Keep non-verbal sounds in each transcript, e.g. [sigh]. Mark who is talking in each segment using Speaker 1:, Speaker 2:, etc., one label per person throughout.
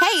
Speaker 1: Hey,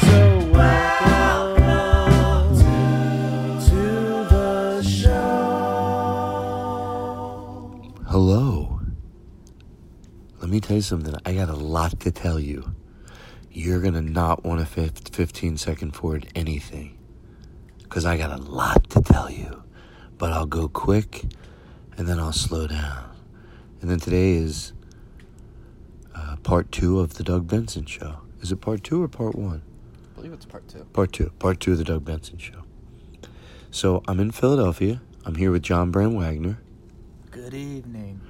Speaker 2: So welcome to the show.
Speaker 3: Hello. Let me tell you something. I got a lot to tell you. You're going to not want to fif- 15 second forward anything because I got a lot to tell you. But I'll go quick and then I'll slow down. And then today is uh, part two of the Doug Benson show. Is it part two or part one?
Speaker 4: I believe it's part two.
Speaker 3: Part two. Part two of the Doug Benson show. So I'm in Philadelphia. I'm here with John Bram Wagner.
Speaker 4: Good evening.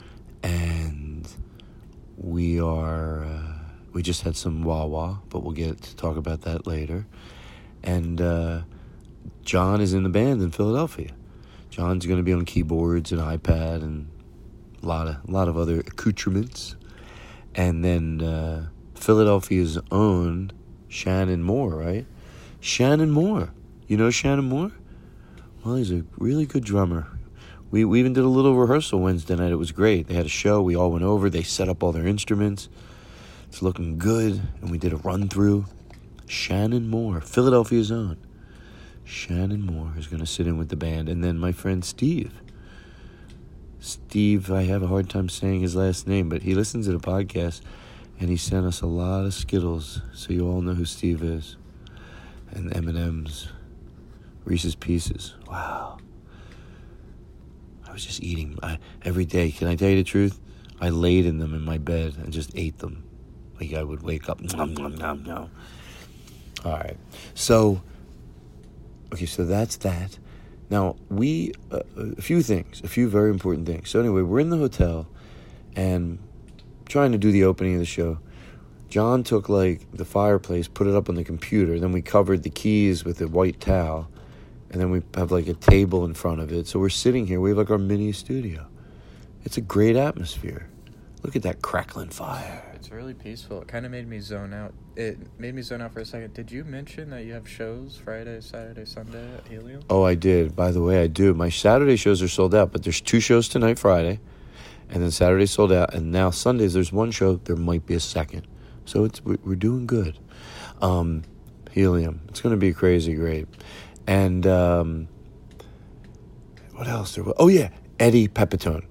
Speaker 3: and we are uh, we just had some Wawa, but we'll get to talk about that later. And uh, John is in the band in Philadelphia. John's going to be on keyboards and iPad and a lot of a lot of other accoutrements. And then uh, Philadelphia's own Shannon Moore, right? Shannon Moore. You know Shannon Moore? Well, he's a really good drummer. We, we even did a little rehearsal Wednesday night. It was great. They had a show. We all went over. They set up all their instruments. It's looking good. And we did a run through. Shannon Moore, Philadelphia's own. Shannon Moore is going to sit in with the band. And then my friend Steve. Steve, I have a hard time saying his last name, but he listens to the podcast and he sent us a lot of Skittles. So you all know who Steve is. And M&M's, Reese's Pieces. Wow. I was just eating I, every day. Can I tell you the truth? I laid in them in my bed and just ate them. Like I would wake up, nom nom nom nom. All right. So, okay, so that's that. Now we uh, a few things, a few very important things. So anyway, we're in the hotel, and trying to do the opening of the show. John took like the fireplace, put it up on the computer. Then we covered the keys with a white towel, and then we have like a table in front of it. So we're sitting here. We have like our mini studio. It's a great atmosphere. Look at that crackling fire.
Speaker 4: It's really peaceful. It kind of made me zone out. It made me zone out for a second. Did you mention that you have shows Friday, Saturday, Sunday at Helium?
Speaker 3: Oh, I did. By the way, I do. My Saturday shows are sold out, but there's two shows tonight, Friday, and then Saturday sold out, and now Sundays there's one show. There might be a second, so it's we- we're doing good. Um, Helium, it's going to be crazy great, and um, what else there was? Oh yeah, Eddie Pepitone.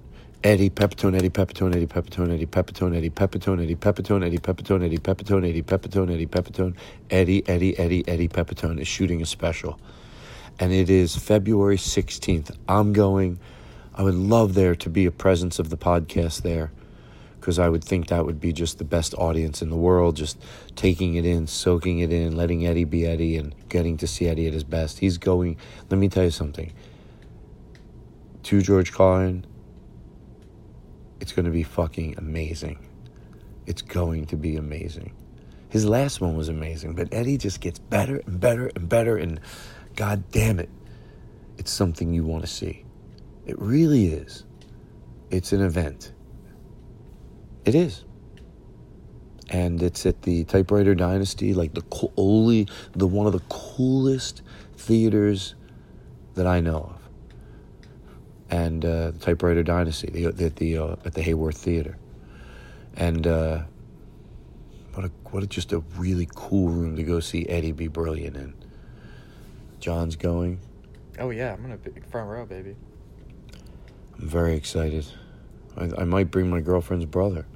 Speaker 3: Eddie Pepitone, Eddie Pepitone, Eddie Pepitone, Eddie Pepitone, Eddie Pepitone, Eddie Pepitone, Eddie Pepitone, Eddie Pepitone, Eddie Pepitone, Eddie Pepitone, Eddie, Eddie, Eddie, Eddie Pepitone is shooting a special. And it is February 16th. I'm going. I would love there to be a presence of the podcast there because I would think that would be just the best audience in the world, just taking it in, soaking it in, letting Eddie be Eddie, and getting to see Eddie at his best. He's going, let me tell you something. To George Carlin, it's going to be fucking amazing. It's going to be amazing. His last one was amazing, but Eddie just gets better and better and better, and god damn it, it's something you want to see. It really is. It's an event. It is. And it's at the Typewriter Dynasty, like the co- only, the one of the coolest theaters that I know of. And uh, the Typewriter Dynasty, the, at the uh, at the Hayworth Theater, and uh, what a what a, just a really cool room to go see Eddie be brilliant in. John's going.
Speaker 4: Oh yeah, I'm gonna be front row, baby.
Speaker 3: I'm very excited. I, I might bring my girlfriend's brother.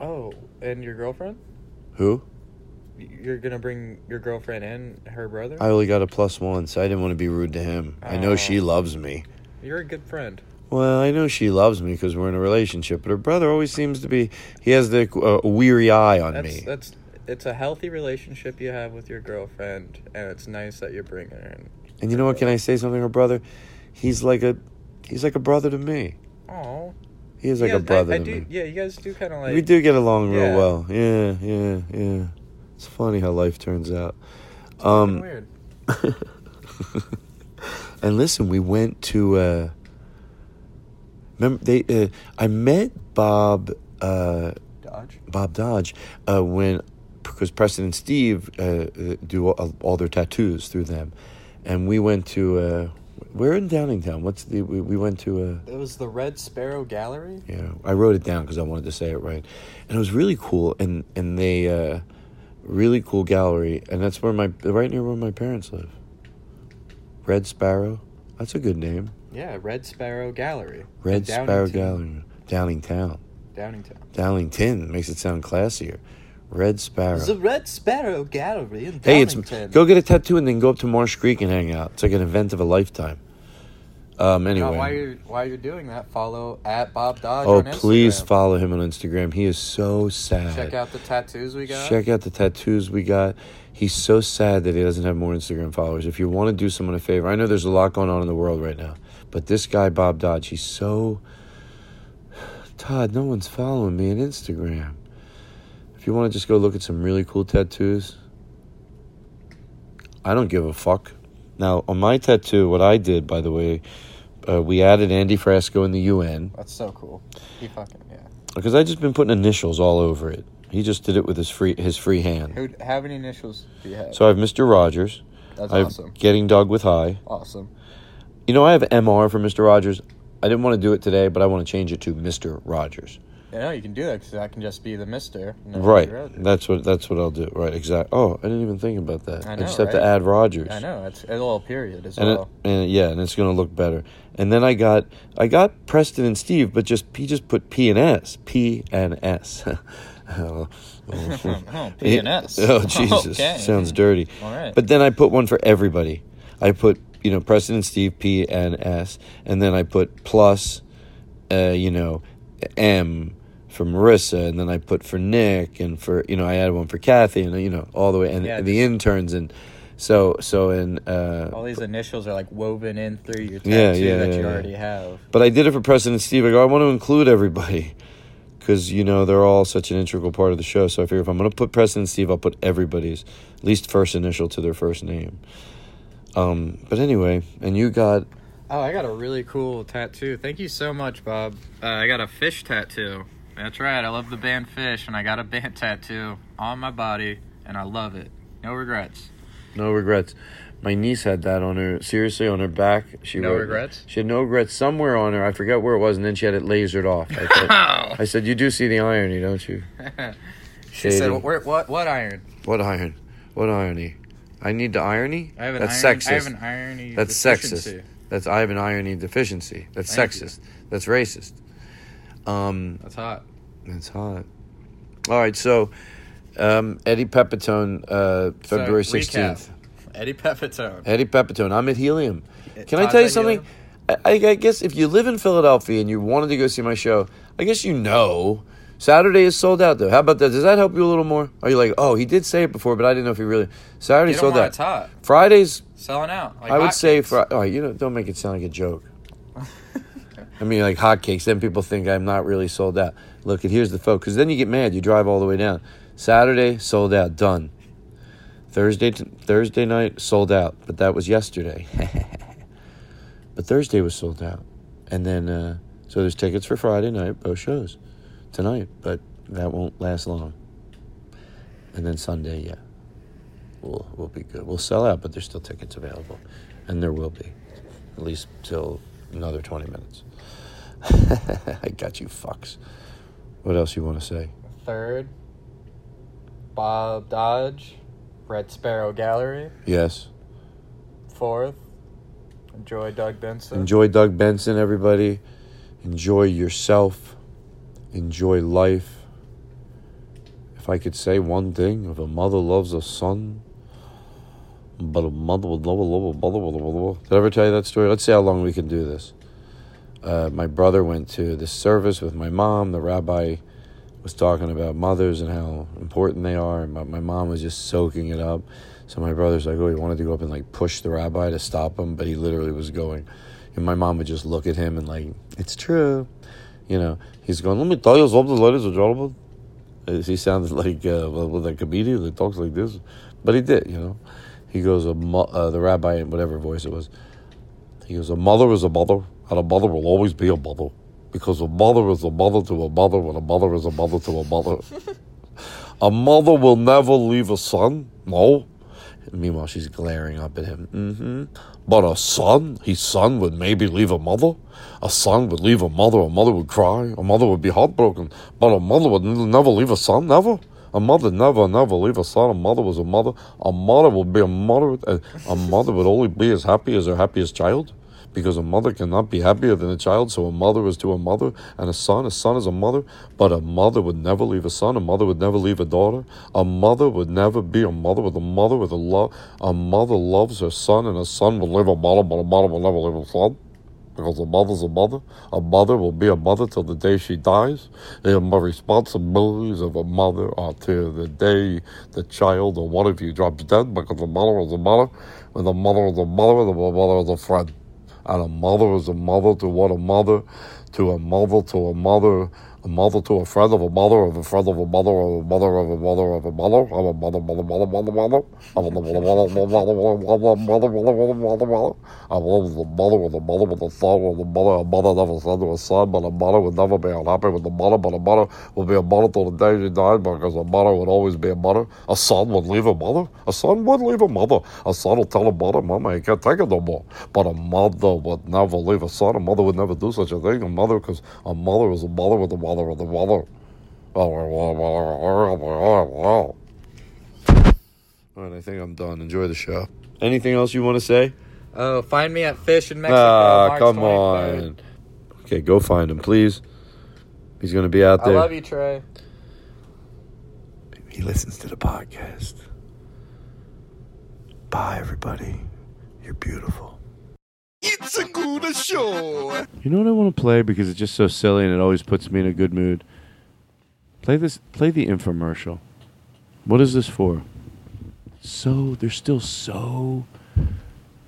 Speaker 4: Oh, and your girlfriend?
Speaker 3: Who?
Speaker 4: Y- You're gonna bring your girlfriend and her brother?
Speaker 3: I only got a plus one, so I didn't want to be rude to him. I know she
Speaker 4: Ah.
Speaker 3: loves me.
Speaker 4: You're a good friend.
Speaker 3: Well, I know she loves me because we're in a relationship, but her brother always seems to be. He has the uh, weary eye on
Speaker 4: That's
Speaker 3: me.
Speaker 4: that's it's a healthy relationship you have with your girlfriend, and it's nice that you're bringing her. in.
Speaker 3: and you know what? Can I say something? Her brother, he's like a, he's like a brother to me.
Speaker 4: Oh,
Speaker 3: He is like a brother
Speaker 4: I,
Speaker 3: to
Speaker 4: do.
Speaker 3: me.
Speaker 4: Yeah, you guys do kind of like.
Speaker 3: we do get along real
Speaker 4: Yeah.
Speaker 3: well. Yeah, yeah, yeah. It's funny how life turns out.
Speaker 4: um. Weird.
Speaker 3: And listen, we went to. Uh, remember they? Uh, I met Bob. Uh,
Speaker 4: Dodge.
Speaker 3: Bob Dodge uh, when because Preston and Steve uh, uh, do all, all their tattoos through them, and we went to uh, we're in Downingtown. What's the we, we went to uh,
Speaker 4: It was the Red Sparrow Gallery.
Speaker 3: you know, I wrote it down because I wanted to say it right, and it was really cool. And and they uh, really cool gallery, and that's where my right near where my parents live. Red Sparrow, that's a good name.
Speaker 4: Yeah, Red Sparrow Gallery.
Speaker 3: Red
Speaker 4: Downingtown-
Speaker 3: Sparrow Gallery, Downingtown.
Speaker 4: Downingtown.
Speaker 3: Downington makes it sound classier. Red Sparrow.
Speaker 4: The Red Sparrow Gallery in Downingtown.
Speaker 3: Hey, it's go get a tattoo and then go up to Marsh Creek and hang out. It's like an event of a lifetime. Um.
Speaker 4: Now,
Speaker 3: Anyway.
Speaker 4: while you're while you're doing that, follow at Bob Dodge.
Speaker 3: oh,
Speaker 4: on
Speaker 3: please
Speaker 4: Instagram.
Speaker 3: follow him on Instagram. He is so sad.
Speaker 4: Check out the tattoos we got.
Speaker 3: Check out the tattoos we got. He's so sad that he doesn't have more Instagram followers. If you want to do someone a favor, I know there's a lot going on in the world right now, but this guy Bob Dodge, he's so Todd. No one's following me on Instagram. If you want to just go look at some really cool tattoos, I don't give a fuck. Now on my tattoo, what I did, by the way, uh, we added Andy Frasco in the UN
Speaker 4: That's so cool. He fucking yeah.
Speaker 3: because I just been putting initials all over it. He just did it with his free his free hand.
Speaker 4: Who? How many initials do you have?
Speaker 3: So I have Mr. Rogers.
Speaker 4: That's
Speaker 3: I have
Speaker 4: awesome.
Speaker 3: Getting Dog with High.
Speaker 4: Awesome.
Speaker 3: You know, I have MR for Mr. Rogers. I didn't want to do it today, but I want to change it to Mr. Rogers.
Speaker 4: Yeah, no, you can do that because I can just be the Mister. and then
Speaker 3: Right.
Speaker 4: you're out there.
Speaker 3: That's what that's what I'll do. Right. Exact. Oh, I didn't even think about that.
Speaker 4: I
Speaker 3: I,
Speaker 4: know,
Speaker 3: just have to
Speaker 4: right?
Speaker 3: add Rogers.
Speaker 4: I know. It's a little period as
Speaker 3: And, it,
Speaker 4: well.
Speaker 3: and yeah, and it's going to look better. And then I got I got Preston and Steve, but just he just put P and S, P and S. [laughs]
Speaker 4: [laughs]
Speaker 3: oh,
Speaker 4: oh,
Speaker 3: [laughs]
Speaker 4: PNS.
Speaker 3: Oh Jesus,
Speaker 4: [laughs] Okay.
Speaker 3: sounds dirty.
Speaker 4: All right.
Speaker 3: But then I put one for everybody. I put you know Preston and Steve P and S, and then I put plus, uh, you know, M for Marissa, and then I put for Nick, and for you know I added one for Kathy, and you know all the way, and
Speaker 4: Yeah,
Speaker 3: the interns, and so so and. Uh,
Speaker 4: All these initials are like woven in through your tattoo
Speaker 3: Yeah, yeah,
Speaker 4: that
Speaker 3: yeah,
Speaker 4: you
Speaker 3: yeah.
Speaker 4: already have.
Speaker 3: But I did it for President Steve. I go, I want to include everybody because, you know, they're all such an integral part of the show. So I figure if I'm going to put President Steve, I'll put everybody's, at least first initial to their first name. Um, but anyway, and you got,
Speaker 4: Oh, I got a really cool tattoo. Thank you so much, Bob. Uh, I got a fish tattoo. That's right. I love the band Fish, and I got a band [laughs] tattoo on my body, and I love it. No regrets.
Speaker 3: no regrets. My niece had that on her, seriously, on her back. She
Speaker 4: No
Speaker 3: wrote-
Speaker 4: regrets?
Speaker 3: She had no regrets somewhere on her. I forget where it was, and then she had it lasered off. I,
Speaker 4: [laughs]
Speaker 3: thought- I said, You do see the irony, don't you?
Speaker 4: She said, "What? What, what iron?"
Speaker 3: What iron? What irony? I need the irony?
Speaker 4: I have an
Speaker 3: That's
Speaker 4: iron,
Speaker 3: sexist.
Speaker 4: I have an irony.
Speaker 3: That's
Speaker 4: deficiency.
Speaker 3: sexist.
Speaker 5: That's I have an irony deficiency. That's
Speaker 4: Thank you.
Speaker 5: sexist. That's racist. Um,
Speaker 4: That's hot.
Speaker 5: that's hot. All right, so um, Eddie Pepitone, uh,
Speaker 4: So,
Speaker 5: February
Speaker 4: recap.
Speaker 5: sixteenth.
Speaker 4: Eddie Pepitone.
Speaker 5: Eddie Pepitone. I'm at Helium. Can I
Speaker 4: Todd's
Speaker 5: tell you
Speaker 4: at
Speaker 5: something? I, I I guess if you live in Philadelphia and you wanted to go see my show, I guess you know Saturday is sold out though. How about that? Does that help you a little more? Are you like, oh, he did say it before, but I didn't know if he really Saturday
Speaker 4: Get 'em
Speaker 5: sold
Speaker 4: while
Speaker 5: out.
Speaker 4: it's hot.
Speaker 5: Fridays,
Speaker 4: Selling out. Like
Speaker 5: I would
Speaker 4: hotcakes.
Speaker 5: say for all right, you know, don't make it sound like a joke. [laughs] I mean, like hotcakes. Then people think I'm not really sold out. Look, and here's the focus. Because then you get mad. You drive all the way down. Saturday sold out. Done. Thursday t- Thursday night sold out, but that was yesterday. [laughs] but Thursday was sold out, and then uh, so there's tickets for Friday night, both shows tonight, but that won't last long. And then Sunday, yeah, we'll we'll be good. We'll sell out, but there's still tickets available, and there will be, at least till another twenty minutes. [laughs] I got you, fucks. What else you want to say?
Speaker 4: Third, Bob Dodge, Red Sparrow Gallery.
Speaker 5: Yes.
Speaker 4: Fourth, enjoy Doug Benson.
Speaker 5: Enjoy Doug Benson, everybody. Enjoy yourself. Enjoy life. If I could say one thing, if a mother loves a son, but a mother would love a love a mother would love a love. Did I ever tell you that story? Let's see how long we can do this. Uh, my brother went to this service with my mom. The rabbi was talking about mothers and how important they are, and my, my mom was just soaking it up. So my brother's like, oh, he wanted to go up and like push the rabbi to stop him, but he literally was going. And my mom would just look at him and like, it's true. You know, he's going, let me tell you something, ladies and gentlemen. Uh, He sounded [laughs] like uh, well, well, like a comedian that talks like this, but he did, you know. He goes, a mo- uh, the rabbi, in whatever voice it was, he goes, a mother is a mother, and a mother will always be a mother, because a mother is a mother to a mother, and a mother is a mother to a
Speaker 4: [laughs]
Speaker 5: mother. a mother will never leave a son, no. Meanwhile, she's glaring up at him. hmm But a son, his son would maybe leave a mother. A son would leave a mother. A mother would cry. A mother would be heartbroken. But a mother would n- never leave a son, never. A mother never, never leave a son. A mother was a mother. A mother would be a mother. A, a mother would only be as happy as her happiest child. Because a mother cannot be happier than a child, so a mother is to a mother, and a son, a son is a mother, but a mother would never leave a son, a mother would never leave a daughter, a mother would never be a mother with a mother with a love. A mother loves her son, and a son will leave a mother, but a mother will never leave a son. Because a mother's a mother. A mother will be a mother till the day she dies. And the responsibilities of a mother are till the day the child or one of you drops dead because a mother is a mother, and a mother is a mother, and a mother is a friend. And a mother is a mother to what a mother, to a mother, to a mother, a mother to a friend of a mother, of a friend of a mother, of a mother, of a mother, of a mother, of a mother, mother, mother, mother, mother, of a mother, mother, mother, mother, mother, mother, mother, mother, mother, I love the mother with a mother with a son with a mother. A mother never said to a son, but a mother would never be unhappy with a mother, but a mother would be a mother till the day she died because a mother would always be a mother. A son would leave a mother. A son would leave a mother. A son will tell a mother, Mama, you can't take it no more. But a mother would never leave a son. A mother would never do such a thing. A mother, because a mother is a mother with a mother with a mother. Ah, All right, I think I'm done. Enjoy the show. Anything else you want to say?
Speaker 4: Oh, find me at Fish in Mexico.
Speaker 5: Ah,
Speaker 4: March
Speaker 5: come
Speaker 4: 23rd.
Speaker 5: on. Okay, go find him, please. He's going to be out
Speaker 4: I
Speaker 5: there.
Speaker 4: love you, Trey.
Speaker 5: He listens to the podcast. Bye, everybody. You're beautiful. It's a good show. You know what I want to play because it's just so silly and it always puts me in a good mood. Play this. Play the infomercial. What is this for? So there's still so.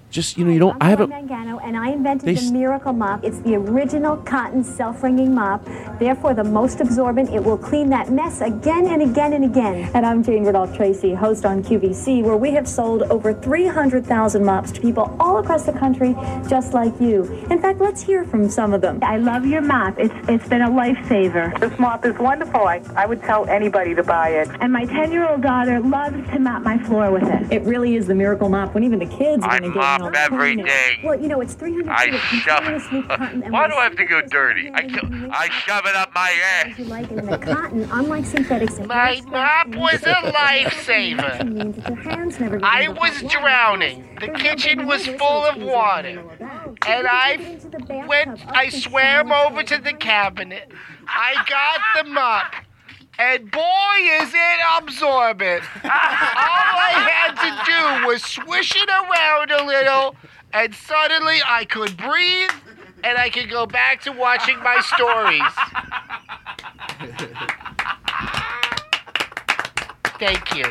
Speaker 5: Just you know you don't. I
Speaker 6: I'm Joy
Speaker 5: haven't.
Speaker 6: Mangano, and I invented
Speaker 5: They
Speaker 6: the
Speaker 5: s-
Speaker 6: Miracle Mop. It's the original cotton self-wringing mop. Therefore, the most absorbent. It will clean that mess again and again and again.
Speaker 3: And I'm Jane Rudolph Tracy, host on QVC, where we have sold over 300,000 mops to people all across the country, just like you. In fact, let's hear from some of them.
Speaker 6: I love your mop. It's it's been a lifesaver.
Speaker 7: This mop is wonderful. I, I would tell anybody to buy it.
Speaker 6: And my 10-year-old daughter loves to mop my floor with it.
Speaker 3: It really is the miracle mop when even the kids are going to get all
Speaker 8: every day.
Speaker 6: Well, you know, it's 300
Speaker 8: I [laughs]
Speaker 6: feet of
Speaker 8: shove-
Speaker 6: continuously cotton. and
Speaker 8: Why
Speaker 6: when
Speaker 8: do
Speaker 6: you
Speaker 8: I have
Speaker 6: see
Speaker 8: to go
Speaker 6: this,
Speaker 8: dirty?
Speaker 6: you know,
Speaker 8: I,
Speaker 6: you
Speaker 8: go,
Speaker 6: can mix
Speaker 8: I
Speaker 6: it
Speaker 8: shove it up my
Speaker 6: as
Speaker 8: ass.
Speaker 6: you like, and the cotton, unlike synthetics,
Speaker 8: [laughs]
Speaker 6: it
Speaker 8: My
Speaker 6: never
Speaker 8: mop
Speaker 6: scratches
Speaker 8: was
Speaker 6: you.
Speaker 8: a
Speaker 6: [laughs]
Speaker 8: lifesaver.
Speaker 6: It means that your hands never get
Speaker 8: I
Speaker 6: into
Speaker 8: was
Speaker 6: hot water.
Speaker 8: drowning. The
Speaker 6: There's
Speaker 8: kitchen
Speaker 6: nothing
Speaker 8: was
Speaker 6: more
Speaker 8: full of
Speaker 6: easy than
Speaker 8: water.
Speaker 6: lower back.
Speaker 8: and I went, I swam over to the cabinet. I got the mop. And boy, is it absorbent. All I had to do was swish it around a little, and suddenly I could breathe and I could go back to watching my stories. Thank you.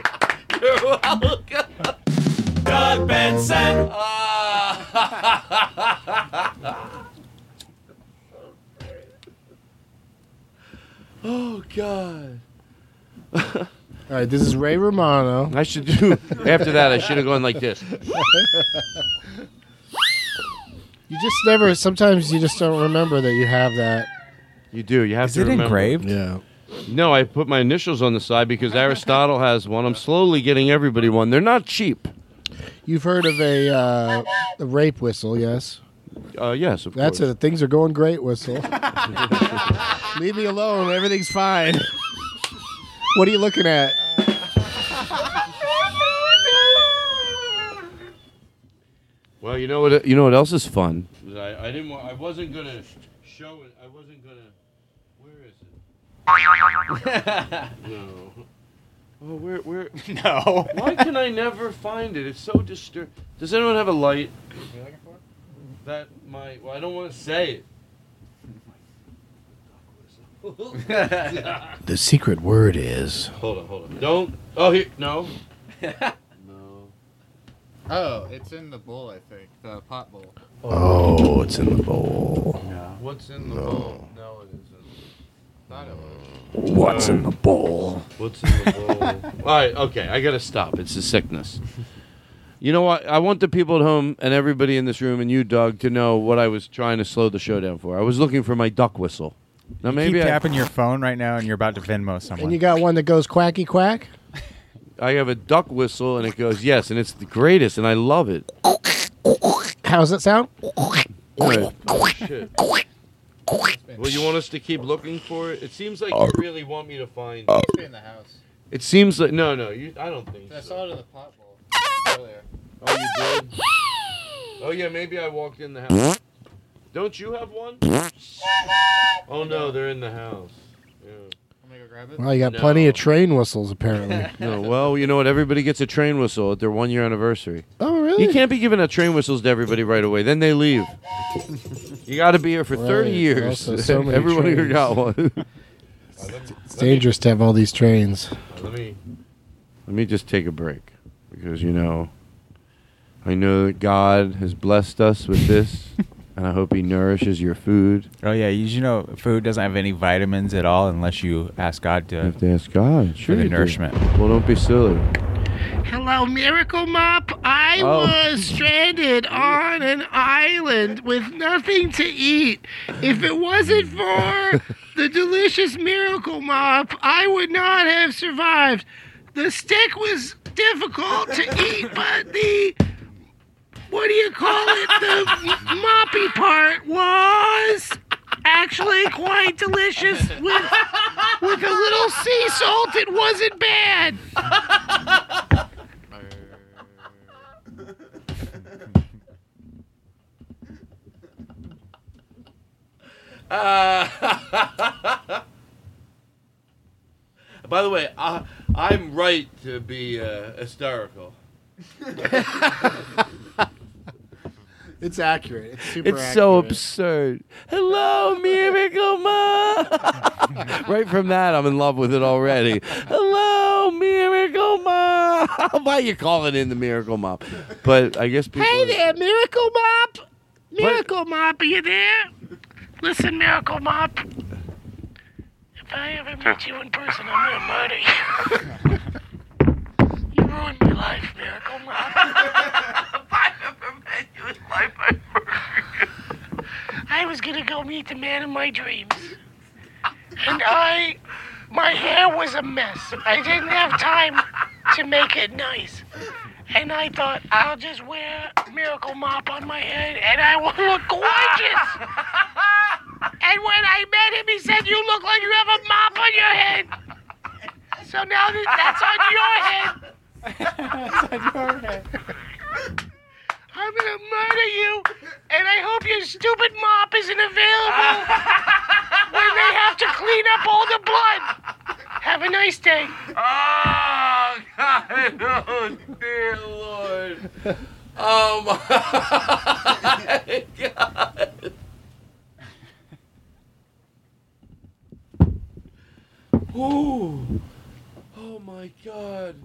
Speaker 2: You're welcome. Doug Benson. oh God.
Speaker 9: All right, this is Ray Romano.
Speaker 3: I should do [laughs] After that, I should have gone like this.
Speaker 9: You just never. Sometimes you just don't remember that you have that.
Speaker 3: You do. You have to remember.
Speaker 9: Yeah.
Speaker 3: No, I put my initials on the side because Aristotle has one. I'm slowly getting everybody one. They're not cheap.
Speaker 9: You've heard of a, uh, a rape whistle, yes?
Speaker 3: Uh, yes, of
Speaker 9: That's
Speaker 3: course.
Speaker 9: it. Things are going great. Whistle. Leave me alone. Everything's fine. [laughs] what are you looking at?
Speaker 3: Well, you know what? You know what else is fun? I, I didn't. Wa- I wasn't gonna show it. I wasn't gonna. Where is [laughs] it? no. Oh, where? [laughs] Where?
Speaker 2: No.
Speaker 3: Why can I never find it? It's so disturb. Does anyone have a light? That my. Well, I don't want to say it.
Speaker 9: [laughs] The secret word is.
Speaker 3: hold on, hold on. Don't. Oh, here. No.
Speaker 4: Oh, it's in the bowl, I think. The pot bowl.
Speaker 9: Oh, it's in the bowl.
Speaker 3: What's in the bowl? No, it isn't. Thought it was.
Speaker 9: What's in the bowl?
Speaker 3: What's in the
Speaker 9: [laughs]
Speaker 3: bowl? All right, okay, I gotta stop. It's a sickness. You know what? I want the people at home and everybody in this room and you, Doug, to know what I was trying to slow the show down for. I was looking for my duck whistle. Now
Speaker 10: Maybe
Speaker 3: maybe
Speaker 10: Keep
Speaker 3: I,
Speaker 10: tapping your phone right now, and you're about to Venmo someone.
Speaker 9: And you got one that goes quacky quack?
Speaker 3: I have a duck whistle and it goes yes, and it's the greatest, and I love it.
Speaker 9: How's that sound?
Speaker 3: Right. Oh, Shit. Well, you want us to keep looking for it? It seems like you really want me to find.
Speaker 4: In the house.
Speaker 3: It seems like no, no. You, I don't think.
Speaker 4: I saw it in the pot bowl earlier.
Speaker 3: Oh, you did? Oh, yeah, maybe I walked in the house. Don't you have one? Oh, no, they're in the house. Yeah.
Speaker 9: Well, you got
Speaker 3: No.
Speaker 9: plenty of train whistles, apparently.
Speaker 3: [laughs] No, well, you know what? Everybody gets a train whistle at their one year anniversary.
Speaker 9: Oh, really?
Speaker 3: You can't be giving out train whistles to everybody right away. Then they leave. you got to be here for 30
Speaker 9: Right,
Speaker 3: years. [laughs]
Speaker 9: also so many
Speaker 3: Everyone here
Speaker 9: trains.
Speaker 3: got one. [laughs]
Speaker 9: It's dangerous to have all these trains.
Speaker 3: Let me let me just take a break because you know I know that God has blessed us with this, and I hope He nourishes your food.
Speaker 10: Oh yeah, you, you know, food doesn't have any vitamins at all unless you ask God to.
Speaker 3: have to ask God. Sure,
Speaker 10: the
Speaker 3: you do.
Speaker 10: nourishment.
Speaker 3: Well, don't be silly.
Speaker 8: Hello, Miracle Mop. I
Speaker 3: Oh.
Speaker 8: was stranded on an island with nothing to eat. If it wasn't for the delicious Miracle Mop, I would not have survived. The stick was difficult to eat, but the what do you call it? The m- moppy part was actually quite delicious with with a little sea salt. It wasn't bad.
Speaker 3: Uh, by the way, I, I'm right to be uh, hysterical.
Speaker 9: It's accurate. It's super
Speaker 3: It's so absurd. Hello, Miracle Mom. [laughs] right from that, I'm in love with it already. Hello, Miracle Mom. [laughs] Why you calling in the Miracle Mom? But I guess people.
Speaker 8: Hey there, Miracle Mop! Miracle Mop, are you there? Listen, Miracle Mop. If I ever meet you in person, I'm gonna murder you. you ruined my life, Miracle Mop. if I ever met you in life, I'd murder you. I was gonna go meet the man of my dreams. And I. My hair was a mess. I didn't have time to make it nice. And I thought, I'll just wear Miracle Mop on my head and I will look gorgeous. and when I met him, he said, You look like you have a mop on your head. So now that that's on your head. that's on your head. I'm gonna murder you, and I hope your stupid mop isn't available when they have to clean up all the blood. Have a nice day.
Speaker 11: Oh, God. Oh, dear Lord. Oh, my God. Ooh. Oh, my God.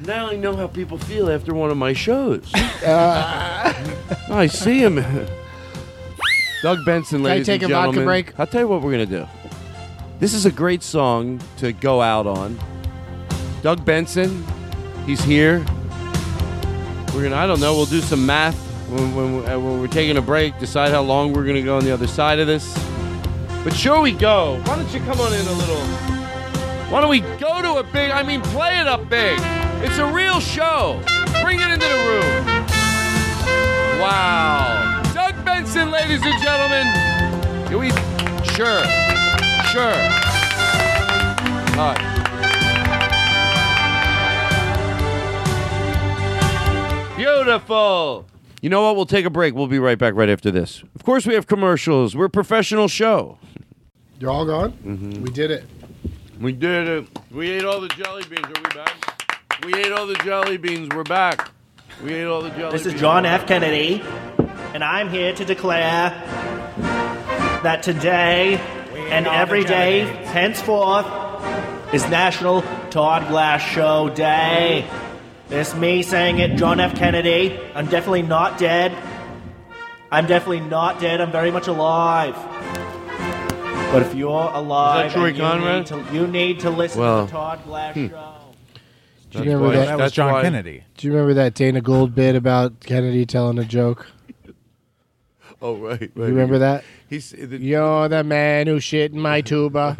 Speaker 3: Now I know how people feel after one of my
Speaker 9: [laughs]
Speaker 3: shows. I see him. Doug Benson,
Speaker 9: Can I
Speaker 3: ladies
Speaker 9: take
Speaker 3: and
Speaker 9: a vodka
Speaker 3: gentlemen.
Speaker 9: break?
Speaker 3: I'll tell you what we're gonna do. This is a great song to go out on. Doug Benson, he's here. We're gonna. I don't know. We'll do some math when, when, we- uh, when we're taking a break. Decide how long we're gonna go on the other side of this. But sure we go. Why don't you come on in a little? Why don't we go to a big? I mean, play it up big. It's a real show. Bring it into the room. Wow. Doug Benson, ladies and gentlemen. Can we? Sure. Sure. All right. Beautiful. You know what? We'll take a break. We'll be right back right after this. Of course, we have commercials. We're a professional show. Mm-hmm.
Speaker 12: You're all gone? We did it.
Speaker 3: We did it. We ate all the jelly beans. Are we back? We ate all the jelly beans. We're back. We ate all the jelly beans.
Speaker 13: This is John F. Kennedy, and I'm here to declare that today and
Speaker 14: are
Speaker 13: every
Speaker 14: the
Speaker 13: day henceforth is National Todd Glass Show Day. It's me saying it, John F. Kennedy. I'm definitely not dead. I'm definitely not dead. I'm very much alive. But if you're alive,
Speaker 3: Troy
Speaker 13: and you,
Speaker 3: Conrad?
Speaker 13: Need to, you need to listen
Speaker 3: Well,
Speaker 13: to the Todd Glass
Speaker 3: hmm.
Speaker 13: Show.
Speaker 9: Do you remember that?
Speaker 3: that's why-
Speaker 9: Do you remember that Dana Gould bit about Kennedy telling a joke?
Speaker 3: Oh, right. right.
Speaker 9: You remember that?
Speaker 3: He's the,
Speaker 9: You're the man who shit in
Speaker 10: [laughs]
Speaker 9: my tuba.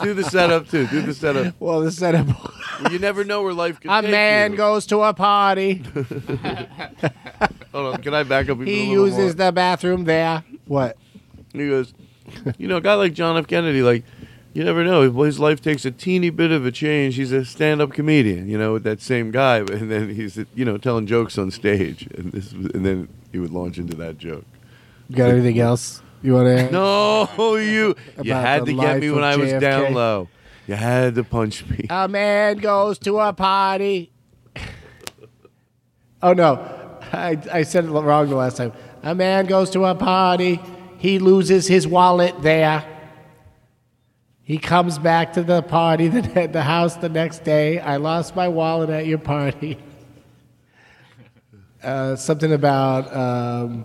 Speaker 3: do the setup too. Do the
Speaker 9: [laughs]
Speaker 3: setup.
Speaker 9: Well, the setup.
Speaker 3: Well, you never know where life can
Speaker 9: a
Speaker 3: take
Speaker 9: man
Speaker 3: you.
Speaker 9: goes to a party.
Speaker 3: Hold on. Can I back up? even
Speaker 9: he
Speaker 3: a little more?
Speaker 9: uses the bathroom there. What?
Speaker 3: And he goes, you know, a guy like John F. Kennedy, like, you never know. His life takes a teeny bit of a change. He's a stand-up comedian, you know, with that same guy, [laughs] and then he's, you know, telling jokes on stage, and this, was- and then he would launch into that joke.
Speaker 9: You got anything else you want to?
Speaker 3: No, you, you
Speaker 9: About
Speaker 3: had
Speaker 9: the
Speaker 3: to get
Speaker 9: life
Speaker 3: me when
Speaker 9: of
Speaker 3: I was
Speaker 9: JFK.
Speaker 3: down low. You had to punch me.
Speaker 9: A man goes to a party. oh no, I, I said it wrong the last time. A man goes to a party. He loses his wallet there. He comes back to the party the, ne- the house the next day. I lost my wallet at your party. Uh, something about um,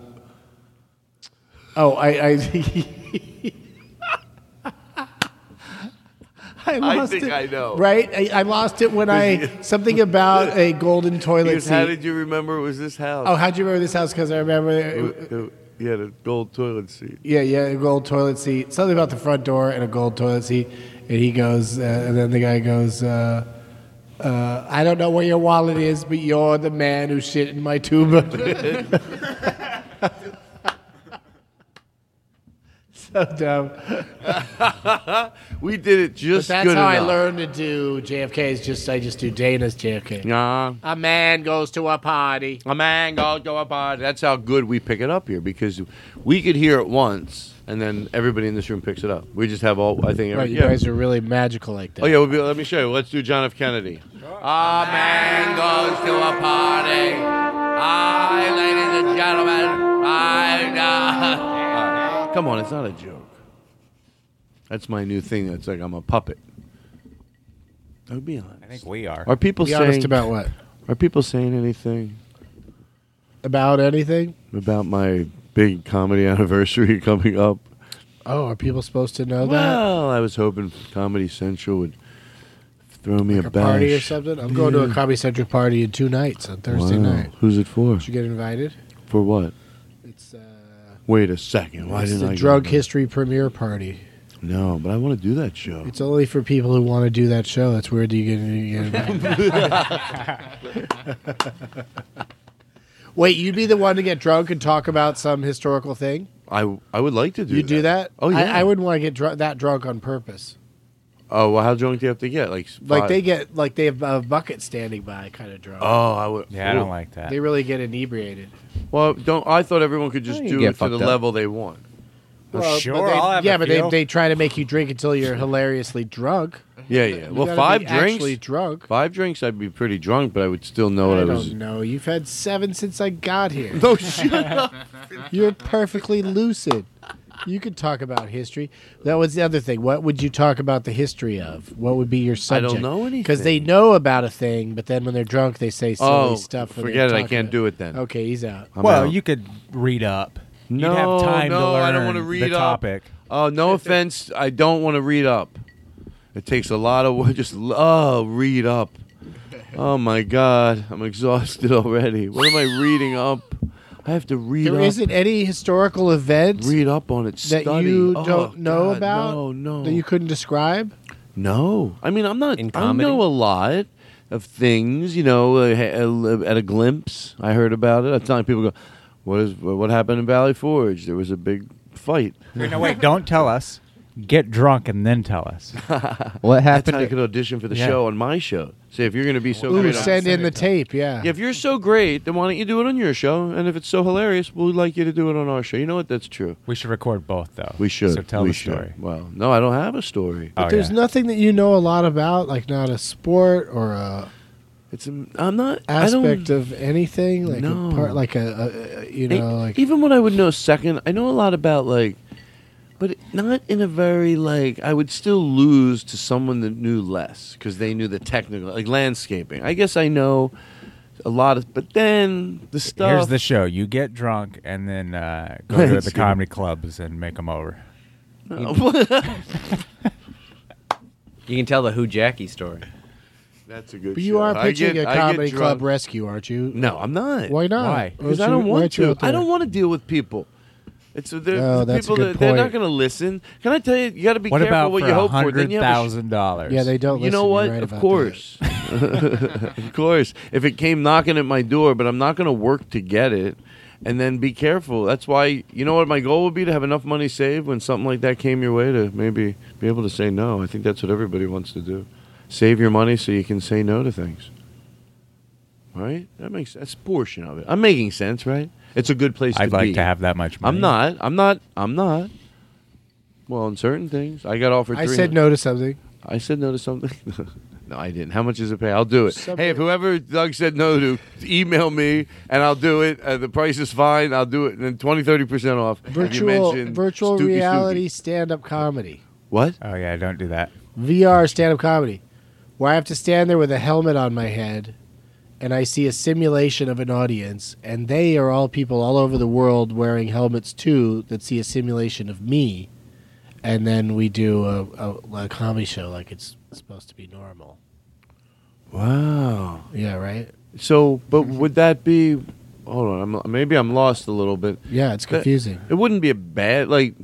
Speaker 9: oh I, [laughs] I I lost
Speaker 3: think
Speaker 9: it.
Speaker 3: I know.
Speaker 9: Right? I, I lost it
Speaker 3: [laughs]
Speaker 9: when I something about a golden
Speaker 3: He
Speaker 9: toilet
Speaker 3: goes, how
Speaker 9: seat.
Speaker 3: did you remember it was this house?
Speaker 9: Oh, uh, how'd you remember this house? Because I remember,
Speaker 3: It- it- you had a gold toilet seat.
Speaker 9: yeah, yeah, a gold toilet seat. Something about the front door and a gold toilet seat. And he goes, uh, and then the guy goes, uh, uh, I don't know where your wallet is, but you're the man who shit in my tuba. [laughs] so
Speaker 10: Um,
Speaker 9: dumb.
Speaker 3: we did it just
Speaker 9: But that's
Speaker 3: good
Speaker 9: how I
Speaker 3: enough.
Speaker 9: learned to do JFK's. Just I just do Dana's JFK.
Speaker 3: Nah.
Speaker 9: A man goes to a party.
Speaker 3: A man goes to a party. That's how good we pick it up here because we could hear it once and then everybody in this room picks it up. We just have all. I think. Every,
Speaker 9: Right, you
Speaker 3: yeah.
Speaker 9: guys are really magical like that.
Speaker 3: Oh yeah, we'll be, let me show you. Let's do John F. Kennedy. A man goes to a party. I, ladies and gentlemen, I. Come on, it's not a joke. That's my new thing. That's like I'm a puppet. Oh, be honest. I
Speaker 10: think we are.
Speaker 3: Are people
Speaker 9: Be
Speaker 3: saying
Speaker 9: honest about what?
Speaker 3: Are people saying anything
Speaker 9: About anything?
Speaker 3: about my big comedy anniversary [laughs] coming up?
Speaker 9: Oh, are people supposed to know that?
Speaker 3: Well, I was hoping Comedy Central would throw me a,
Speaker 9: A
Speaker 3: bash.
Speaker 9: party or something? I'm going to a
Speaker 3: Yeah.
Speaker 9: Comedy Central party in two nights on Thursday
Speaker 3: Wow.
Speaker 9: night.
Speaker 3: Who's it for?
Speaker 9: Did you get invited?
Speaker 3: For what?
Speaker 9: It's, uh,
Speaker 3: Wait a second. Why
Speaker 9: it's
Speaker 3: didn't
Speaker 9: the
Speaker 3: I get
Speaker 9: drug
Speaker 3: that?
Speaker 9: history premiere party.
Speaker 3: No, but I want to do that show.
Speaker 9: It's only for people who want to do that show. That's weird. that You get, you get
Speaker 3: [laughs]
Speaker 9: invited. Wait, you'd be the one to get drunk and talk about some historical thing?
Speaker 3: I I would like to do.
Speaker 9: you do that?
Speaker 3: Oh yeah.
Speaker 9: I, I wouldn't want to get dr- that drunk on purpose.
Speaker 3: Oh well, how drunk do you have to get? Like
Speaker 9: Like
Speaker 3: five-
Speaker 9: they get like they have a bucket standing by kind of drunk.
Speaker 3: Oh, I would.
Speaker 10: Yeah, I
Speaker 3: Ooh.
Speaker 10: don't like that.
Speaker 9: They really get inebriated.
Speaker 3: Well, don't. I thought everyone could just
Speaker 9: Oh, you
Speaker 3: do
Speaker 9: get
Speaker 3: it to the
Speaker 9: fucked up.
Speaker 3: level they want.
Speaker 9: but they- yeah, but they, they try to make you drink until you're hilariously drunk.
Speaker 3: Yeah,
Speaker 9: You
Speaker 3: yeah. Well,
Speaker 9: gotta
Speaker 3: five
Speaker 9: be
Speaker 3: drinks.
Speaker 9: Actually drunk.
Speaker 3: Five drinks, I'd be pretty drunk, but I would still know what
Speaker 9: I
Speaker 3: I,
Speaker 9: don't
Speaker 3: was.
Speaker 9: know. You've had seven since I
Speaker 3: [laughs]
Speaker 9: got here.
Speaker 3: No, Oh, shut up.
Speaker 9: [laughs] You're perfectly lucid. You could talk about history. That was the other thing. What would you talk about the history of? What would be your
Speaker 3: I
Speaker 9: subject?
Speaker 3: don't know
Speaker 9: Because they know about a thing, but then when they're drunk, they say silly
Speaker 3: Oh,
Speaker 9: stuff. when
Speaker 3: forget
Speaker 9: they're
Speaker 3: it. I
Speaker 9: talking
Speaker 3: can't
Speaker 9: about-
Speaker 3: do it then.
Speaker 9: Okay, he's out.
Speaker 10: well, you could read up.
Speaker 3: No,
Speaker 10: You'd have time
Speaker 3: no,
Speaker 10: to learn
Speaker 3: I don't want
Speaker 10: the
Speaker 3: to read up.
Speaker 10: topic.
Speaker 3: Oh, no offense, I don't want to read up. It takes a lot of wo- [laughs] just oh, read up. Oh my God, I'm exhausted [laughs] already. What am I reading up? I have to read.
Speaker 9: There
Speaker 3: up.
Speaker 9: not any historical event.
Speaker 3: Read up on it.
Speaker 9: that
Speaker 3: study.
Speaker 9: you
Speaker 3: Oh,
Speaker 9: don't know
Speaker 3: God,
Speaker 9: about.
Speaker 3: No, no,
Speaker 9: That you couldn't describe.
Speaker 3: no. I mean, I'm not. I
Speaker 9: comedy?
Speaker 3: know a lot of things. You know, uh, ha- uh, at a glimpse, I heard about it. I time people go, "What is what happened in Valley Forge? There was a big fight."
Speaker 10: Wait, no, wait, don't tell us. Get drunk and then tell us.
Speaker 3: What
Speaker 10: happened
Speaker 3: That's how you
Speaker 10: to-
Speaker 3: could audition for the
Speaker 10: Yeah.
Speaker 3: show on my show. See if you're going to be so
Speaker 9: Ooh,
Speaker 3: great. on-
Speaker 9: send in the tape. Yeah.
Speaker 3: if you're so great, then why don't you do it on your show? And if it's so hilarious, we'd like you to do it on our show. You know what? That's true.
Speaker 10: We should record both, though.
Speaker 3: We should.
Speaker 10: So tell
Speaker 3: we
Speaker 10: the
Speaker 3: should.
Speaker 10: story.
Speaker 3: Well, no, I don't have a story.
Speaker 9: But there's nothing that you know a lot about, like not a sport or a
Speaker 3: It's a, I'm not I don't-
Speaker 9: aspect of anything, like
Speaker 3: No.
Speaker 9: a part, like a, a, a you know,
Speaker 3: E-
Speaker 9: like
Speaker 3: even what I would know second, I know a lot about like, but it- not in a very like. I would still lose to someone that knew less because they knew the technical, like landscaping. I guess I know a lot of, but then the stuff.
Speaker 9: [laughs]
Speaker 10: Here's the show. You get drunk and then uh, go to the
Speaker 3: Let's see. [laughs]
Speaker 10: comedy clubs and make them over.
Speaker 14: You can tell the Who Jackie story.
Speaker 3: That's a good.
Speaker 9: But you are
Speaker 14: I
Speaker 9: pitching
Speaker 14: get-
Speaker 9: a
Speaker 14: I get
Speaker 9: comedy
Speaker 14: drunk.
Speaker 9: club rescue, aren't you?
Speaker 3: No, I'm not.
Speaker 9: Why not?
Speaker 3: Because
Speaker 9: Why
Speaker 3: I
Speaker 9: aren't
Speaker 3: don't
Speaker 9: you- why
Speaker 3: want
Speaker 9: aren't you
Speaker 3: to.
Speaker 9: out
Speaker 3: I
Speaker 9: there?
Speaker 3: don't want to deal with people. It's uh, they're-
Speaker 9: Oh,
Speaker 3: the
Speaker 9: that's a
Speaker 3: people
Speaker 9: good
Speaker 3: that they're not
Speaker 9: point.
Speaker 3: going to listen. Can I tell you? You got to be
Speaker 10: What
Speaker 3: careful
Speaker 10: about
Speaker 3: what
Speaker 10: for
Speaker 3: you hope for. Then you have a sh-
Speaker 10: $100,000?
Speaker 9: Yeah, they don't
Speaker 3: You know
Speaker 9: listen.
Speaker 3: what?
Speaker 9: You're right
Speaker 3: of
Speaker 9: about
Speaker 3: course, [laughs] of course. If it came knocking at my door, but I'm not going to work to get it, and then be careful. That's why you know what my goal would be to have enough money saved when something like that came your way to maybe be able to say no. I think that's what everybody wants to do. Save your money so you can say no to things. Right? That makes that's a portion of it. I'm making sense, right? It's a good place
Speaker 10: I'd
Speaker 3: to
Speaker 10: like
Speaker 3: be.
Speaker 10: to have that much money.
Speaker 3: I'm not. I'm not. I'm not. Well, on certain things, I got offered.
Speaker 9: I said no to something.
Speaker 3: I said no to something. [laughs] no, I didn't. How much does it pay? I'll do it. Hey, if whoever Doug said no to, email me and I'll do it. Uh, the price is fine. I'll do it. And then 20, 30 percent off. if you
Speaker 9: Virtual
Speaker 3: mention
Speaker 9: virtual
Speaker 3: Stooky Stooky.
Speaker 9: reality stand up comedy.
Speaker 3: What?
Speaker 10: Oh yeah, don't do that.
Speaker 9: VR stand up comedy. Where I have to stand there with a helmet on my head and I see a simulation of an audience and they are all people all over the world wearing helmets too that see a simulation of me and then we do a, a, a comedy show like it's supposed to be normal.
Speaker 3: Wow.
Speaker 9: Yeah, right?
Speaker 3: So, but would that be? Hold on. I'm, maybe I'm lost a little bit.
Speaker 9: Yeah, it's
Speaker 3: That-
Speaker 9: confusing.
Speaker 3: it wouldn't be a bad like.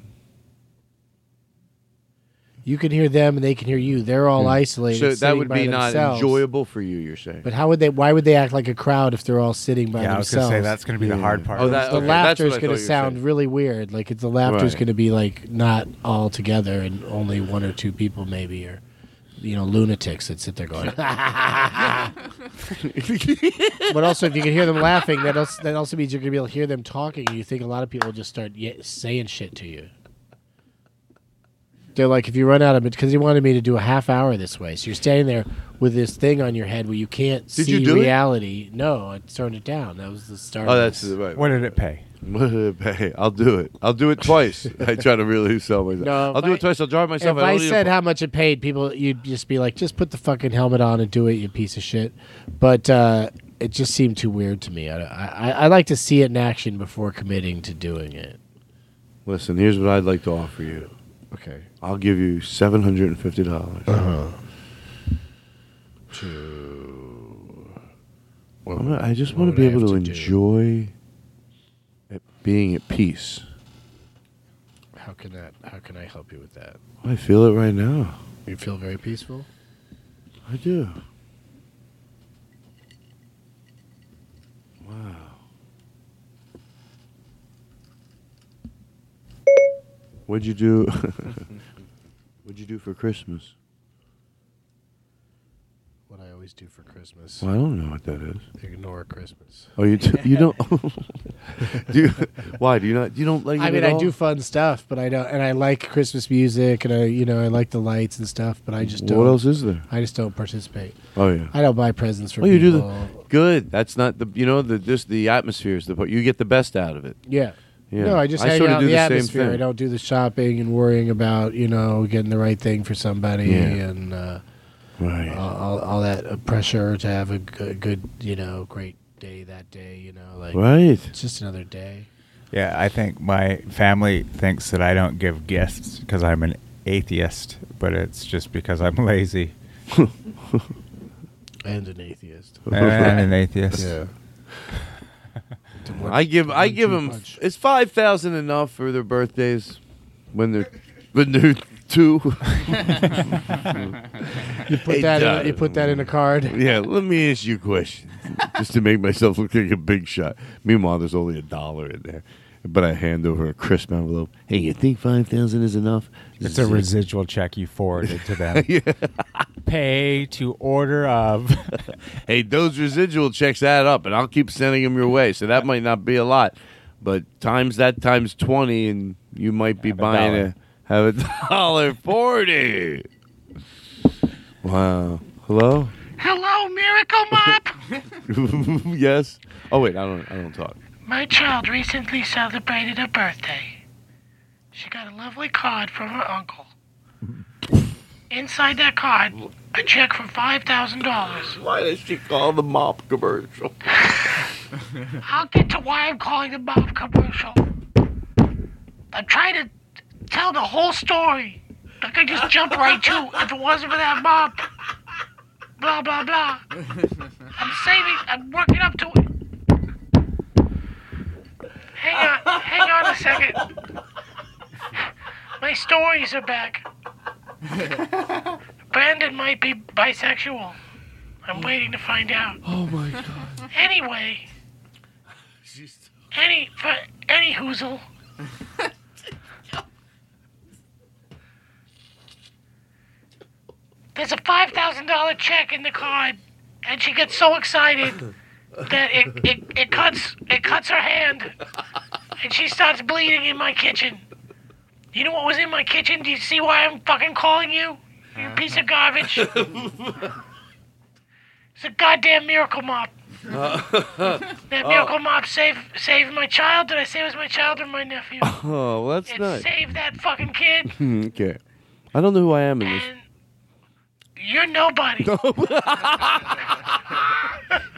Speaker 9: You can hear them and they can hear you. They're all isolated.
Speaker 3: Hmm. So that
Speaker 9: sitting
Speaker 3: would
Speaker 9: by
Speaker 3: be not
Speaker 9: themselves.
Speaker 3: enjoyable for you. You're saying.
Speaker 9: But how would they? Why would they act like a crowd if they're all sitting by
Speaker 10: Yeah, I was gonna
Speaker 9: themselves?
Speaker 10: say, that's gonna be the Yeah. hard part.
Speaker 3: Oh, that-
Speaker 9: the
Speaker 3: okay, that's
Speaker 9: laughter
Speaker 3: what
Speaker 9: is
Speaker 3: I thought
Speaker 9: going to
Speaker 3: you were
Speaker 9: sound really weird. Like it's the laughter is
Speaker 3: Right.
Speaker 9: going to be like not all together and only one or two people maybe, or you know, lunatics that sit there going. [laughs] but also, if you can hear them laughing, that also, that also means you're going to be able to hear them talking. And you think a lot of people just start ye- saying shit to you. They're like, if you run out of it, because he wanted me to do a half hour this way. So you're standing there with this thing on your head where you can't
Speaker 3: Did
Speaker 9: see
Speaker 3: you do it?
Speaker 9: reality. No, I turned it down. That was the start.
Speaker 3: Oh,
Speaker 9: of
Speaker 3: that's
Speaker 9: this.
Speaker 3: the right.
Speaker 10: What did it
Speaker 3: [laughs]
Speaker 10: pay?
Speaker 3: What did it pay? I'll do it. I'll do it
Speaker 9: [laughs]
Speaker 3: twice. I try to really sell myself.
Speaker 9: No, if
Speaker 3: I'll do
Speaker 9: I-
Speaker 3: it twice. I'll drive myself.
Speaker 9: If I,
Speaker 3: don't need a
Speaker 9: said how much it paid, people you'd just be like, just put the fucking helmet on and do it, you piece of shit. But uh, it just seemed too weird to me. I, I, I like to see it in action before committing to doing it.
Speaker 3: [laughs] Listen, here's what I'd like to offer you.
Speaker 9: Okay.
Speaker 3: I'll give you seven hundred and fifty dollars.
Speaker 9: Uh-huh.
Speaker 3: I just want to be able to, enjoy it being at peace.
Speaker 9: How can that? How can I help you with that?
Speaker 3: I feel it right now.
Speaker 9: You feel very peaceful.
Speaker 3: I do. Wow. [laughs] What'd you do? What'd you do for Christmas?
Speaker 12: always do for Christmas.
Speaker 3: Well, I don't know what that is.
Speaker 12: Ignore Christmas.
Speaker 3: Oh, you do, you don't. [laughs] do you, why do you not? You don't like.
Speaker 9: I
Speaker 3: it
Speaker 9: mean,
Speaker 3: at
Speaker 9: I
Speaker 3: all?
Speaker 9: do fun stuff, but I don't, and I like Christmas music, and I, you know, I like the lights and stuff, but I just
Speaker 3: What
Speaker 9: don't.
Speaker 3: else is there?
Speaker 9: I just don't participate.
Speaker 3: Oh, yeah.
Speaker 9: I uh, don't buy presents for.
Speaker 3: Oh, you do
Speaker 9: people.
Speaker 3: the good. That's not the you know the just the atmosphere is the part you get the best out of it.
Speaker 9: Yeah.
Speaker 3: Yeah.
Speaker 9: No, I just hang
Speaker 3: sorta
Speaker 9: out
Speaker 3: do
Speaker 9: in the,
Speaker 3: the same
Speaker 9: atmosphere.
Speaker 3: thing.
Speaker 9: I don't do the shopping and worrying about you know getting the right thing for somebody
Speaker 3: Yeah.
Speaker 9: and uh,
Speaker 3: right.
Speaker 9: all, all, all that uh, pressure to have a good, good you know great day that day. You know, like
Speaker 10: Right.
Speaker 9: It's just another day.
Speaker 10: Yeah, I think my family thinks that I don't give gifts because I'm an atheist, but it's just because I'm [laughs] lazy.
Speaker 9: And an atheist.
Speaker 10: And an atheist.
Speaker 9: Yeah.
Speaker 3: I give I give them it's five thousand enough for their birthdays when they're when they're [laughs]
Speaker 10: [laughs]
Speaker 3: two.
Speaker 9: You put that in- you put that in a card.
Speaker 3: Yeah, let me ask you a question, just to make myself look like a big shot. Meanwhile, there's only a dollar in there, but I hand over a crisp envelope. Hey, you think five thousand is enough?
Speaker 10: It's a residual check you forwarded to them. Pay to order of.
Speaker 3: hey, those residual checks add up, and I'll keep sending them your way. So that might not be a lot, but times that times twenty, and you might be buying
Speaker 10: dollar.
Speaker 3: a have a [laughs] dollar forty. Wow. Hello.
Speaker 8: Hello, Miracle Mop.
Speaker 3: [laughs] yes. Oh wait, I don't. I don't talk.
Speaker 8: My child recently celebrated her birthday. She got a lovely card from her
Speaker 3: [laughs]
Speaker 8: uncle. Inside that card, a check for five thousand dollars.
Speaker 3: Why does she call the mop commercial?
Speaker 8: I'll get to why I'm calling the mop commercial. I'm trying to tell the whole story. I could just jump right to if it wasn't for that mop. Blah blah blah. I'm saving. I'm working up to it. Hang on. Hang on a second. My stories are back. Brandon might be bisexual. I'm waiting to find out.
Speaker 11: Oh my god.
Speaker 8: Anyway. Any for any hoozle. There's a five thousand dollar check in the card, and she gets so excited that it, it, it cuts it cuts her hand, and she starts bleeding in my kitchen. You know what was in my kitchen? Do you see why I'm fucking calling you? You piece of garbage. it's a goddamn miracle mop. That
Speaker 3: Oh.
Speaker 8: miracle mop saved saved my child. Did I say it was my child or my nephew?
Speaker 3: [laughs] Oh, well, that's
Speaker 8: it
Speaker 3: nice.
Speaker 8: saved that fucking kid.
Speaker 3: Hmm, okay. I don't know who I am in this.
Speaker 8: You're nobody. [laughs]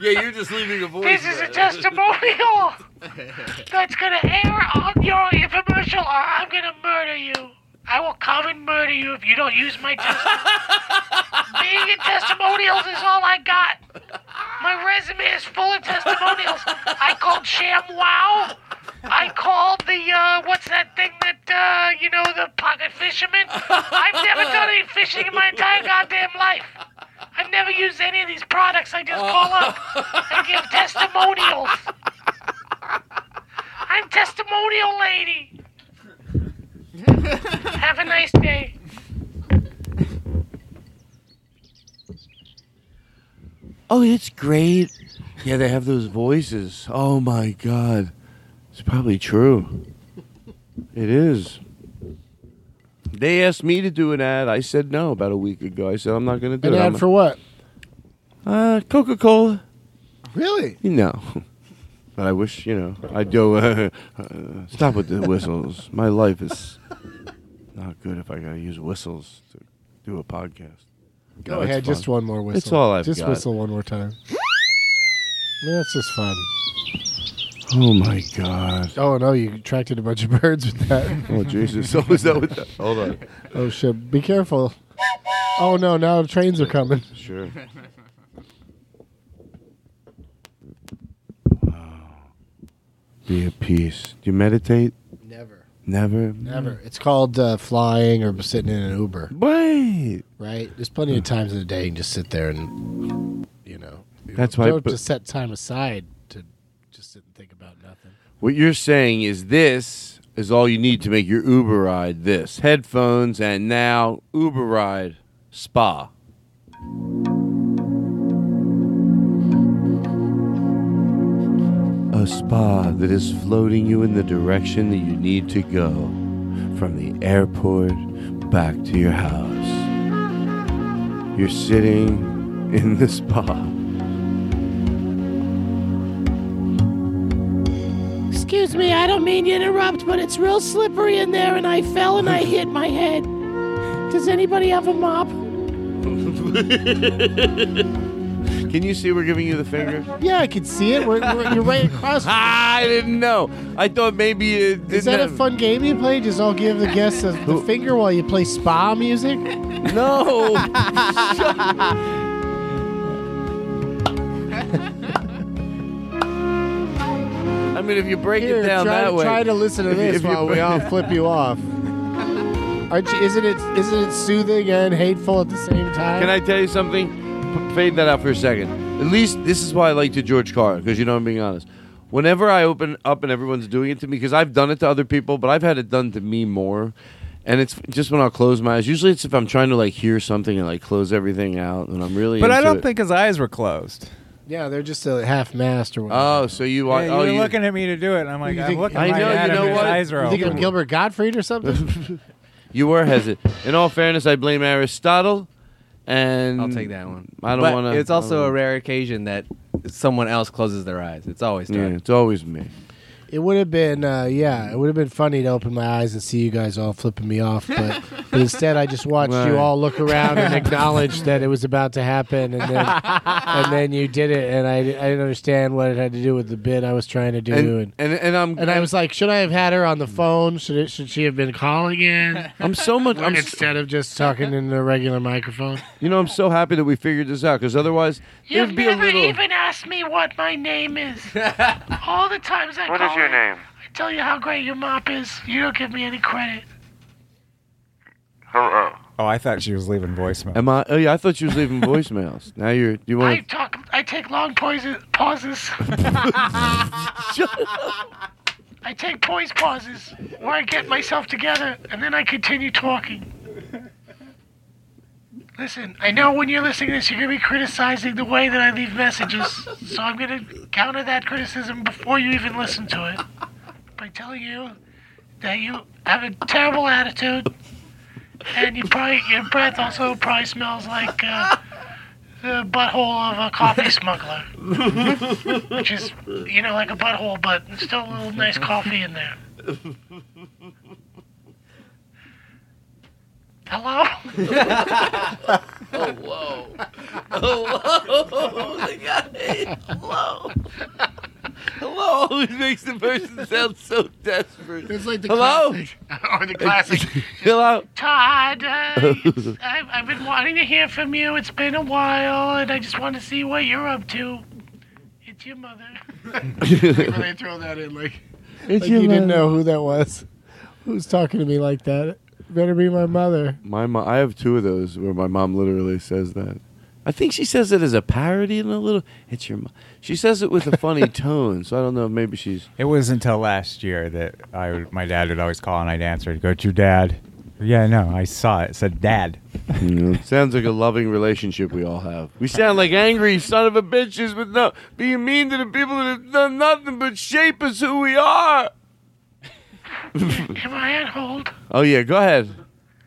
Speaker 11: Yeah, you're just leaving a voice.
Speaker 8: this is a
Speaker 11: [laughs]
Speaker 8: testimonial that's gonna air on your infomercial, or I'm gonna murder you. I will come and murder you if you don't use my
Speaker 11: [laughs]
Speaker 8: testimonial. Being in testimonials is all I got. My resume is full of testimonials. I called Sham Wow. I called the uh, what's that thing that uh, you know the pocket fisherman. I've never done any fishing in my entire goddamn life. I've never used any of these products. I just call up and give testimonials. I'm testimonial lady. Have a nice day.
Speaker 3: Oh, it's great. Yeah, they have those voices. Oh my god. It's probably true. It is. They asked me to do an ad. I said no about a week ago. I said I'm not going to do
Speaker 9: An
Speaker 3: it.
Speaker 9: ad
Speaker 3: I'm-
Speaker 9: for what?
Speaker 3: Uh, Coca Cola.
Speaker 9: Really?
Speaker 3: No. But I wish, you know, I'd go, [laughs] uh, uh, stop with the whistles. My life is not good if I got to use whistles to do a podcast.
Speaker 9: Go
Speaker 3: No, it's
Speaker 9: ahead, just
Speaker 3: fun.
Speaker 9: one more whistle.
Speaker 3: It's all I've
Speaker 9: just
Speaker 3: got.
Speaker 9: whistle one more time. Yeah, it's just fun.
Speaker 3: Oh my god.
Speaker 9: Oh no, you attracted a bunch of birds with that.
Speaker 3: Oh Jesus. [laughs] Oh, is that what that? Hold on.
Speaker 9: oh shit! Be careful. Oh no! Now the trains are coming.
Speaker 3: Sure. Be at peace. Do you meditate?
Speaker 9: Never.
Speaker 3: Never.
Speaker 9: Never. It's called uh, flying or sitting in an Uber.
Speaker 3: Wait.
Speaker 9: Right. There's plenty
Speaker 3: Hmm.
Speaker 9: of times in the day you can just sit there and you know.
Speaker 3: That's why I
Speaker 9: don't
Speaker 3: put-
Speaker 9: just set time aside to just sit and think about nothing.
Speaker 3: What you're saying is this is all you need to make your Uber ride this. Headphones and now Uber ride spa. a spa that is floating you in the direction that you need to go from the airport back to your house. You're sitting in the spa.
Speaker 8: Excuse me, I don't mean to interrupt, but it's real slippery in there, and I fell and I hit my head. Does anybody have a mop?
Speaker 3: Can you see we're giving you the finger?
Speaker 9: Yeah, I can see it. We're, we're, you're right across.
Speaker 3: [laughs] I didn't know. I thought maybe it didn't
Speaker 9: Is that
Speaker 3: [laughs]
Speaker 9: a
Speaker 3: have-
Speaker 9: fun game you play? Just all give the guests a, the finger while you play spa music?
Speaker 3: No. [laughs] I mean, if you break
Speaker 9: Here,
Speaker 3: it down
Speaker 9: try,
Speaker 3: that way.
Speaker 9: try to listen to
Speaker 3: if you-
Speaker 9: this
Speaker 3: if you
Speaker 9: while
Speaker 3: [laughs]
Speaker 9: we
Speaker 3: break-
Speaker 9: all flip you off. Aren't you, isn't it isn't it soothing and hateful at the same time?
Speaker 3: Can I tell you something? P- fade that out for a second. At least this is why I like to George Carlin because you know I'm being honest. Whenever I open up and everyone's doing it to me, because I've done it to other people, but I've had it done to me more. And it's just when I'll close my eyes. Usually, it's if I'm trying to like hear something and like close everything out, and I'm really.
Speaker 10: But I
Speaker 3: into
Speaker 10: don't
Speaker 3: it.
Speaker 10: think his eyes were closed.
Speaker 9: Yeah, they're just a half master one.
Speaker 3: Oh, so you
Speaker 10: Yeah,
Speaker 3: want?
Speaker 10: you
Speaker 3: oh,
Speaker 10: were
Speaker 3: you
Speaker 10: looking at me to do it, and I'm like,
Speaker 9: You
Speaker 10: I'm
Speaker 9: think-
Speaker 10: looking right at him, his eyes are
Speaker 9: You think I'm
Speaker 10: open.
Speaker 9: Gilbert Gottfried
Speaker 3: [laughs]
Speaker 9: or something?
Speaker 3: You were hesitant. In all fairness, I blame Aristotle, and
Speaker 14: I'll take that one.
Speaker 3: I don't
Speaker 14: But
Speaker 3: want to.
Speaker 14: It's also a rare occasion that someone else closes their eyes. It's always
Speaker 3: Yeah,
Speaker 14: Doug.
Speaker 3: it's always me.
Speaker 9: It would have been, uh, yeah, it would have been funny to open my eyes and see you guys all flipping me off,
Speaker 10: [laughs]
Speaker 9: but, but instead I just watched
Speaker 3: Right.
Speaker 9: you all look around and acknowledge that it was about to happen, and then and then you did it, and I, I didn't understand what it had to do with the bit I was trying to do, and
Speaker 3: And and, and I'm
Speaker 9: and I was like, should I have had her on the phone? Should it, should she have been calling in?
Speaker 3: I'm so much. I'm s-
Speaker 9: instead of just talking in the regular microphone.
Speaker 3: You know, I'm so happy that we figured this out because otherwise
Speaker 8: [laughs]
Speaker 3: there'd
Speaker 8: You've
Speaker 3: be a
Speaker 8: never
Speaker 3: little.
Speaker 8: even asked me what my name is. All the times I
Speaker 11: What
Speaker 8: call
Speaker 11: is your
Speaker 8: in,
Speaker 11: name?
Speaker 8: I tell you how great your mop is. You don't give me any credit.
Speaker 11: Hello.
Speaker 10: Oh, I thought she was leaving voicemail.
Speaker 3: Am I? Oh yeah, I thought you was
Speaker 8: [laughs]
Speaker 3: leaving voicemails. Now you're. Do you
Speaker 8: I
Speaker 3: want?
Speaker 8: talk. I take long pauses. Pauses. I take poise pauses where I get myself together and then I continue talking. Listen, I know when you're listening to this, you're gonna be criticizing the way that I leave messages, so I'm gonna counter that criticism before you even listen to it by telling you that you have a terrible attitude, and you probably your breath also probably smells like uh, the butthole of a coffee smuggler, which is you know like a butthole, but still a little nice coffee in there. Hello?
Speaker 11: Oh, whoa. Oh, whoa. The guy. Hello. Hello always makes the person sound so desperate.
Speaker 8: It's like the
Speaker 11: Hello?
Speaker 8: [laughs] or the classic.
Speaker 3: Hello?
Speaker 8: Todd, uh, I've, I've been wanting to hear from you. It's been a while, and I just want to see what you're up to. It's your [laughs] mother.
Speaker 9: They
Speaker 8: throw that in like.
Speaker 9: Like you didn't know who that was. Who's talking to me like that? Better be my mother.
Speaker 3: My mom. I have two of those where my mom literally says that. I think she says it as a parody and a little. It's your. Mom. She says it with a [laughs] funny tone, so I don't know. Maybe she's.
Speaker 10: It was until last year that I, would- my dad would always call and I'd answer. He'd go, "It's your dad." Yeah, no, I saw it. It said dad.
Speaker 3: Sounds like a loving relationship we all have. We sound like angry son of a bitches with no being mean to the people that have done nothing but shape us who we are.
Speaker 8: Am I on hold?
Speaker 3: Oh yeah, go ahead.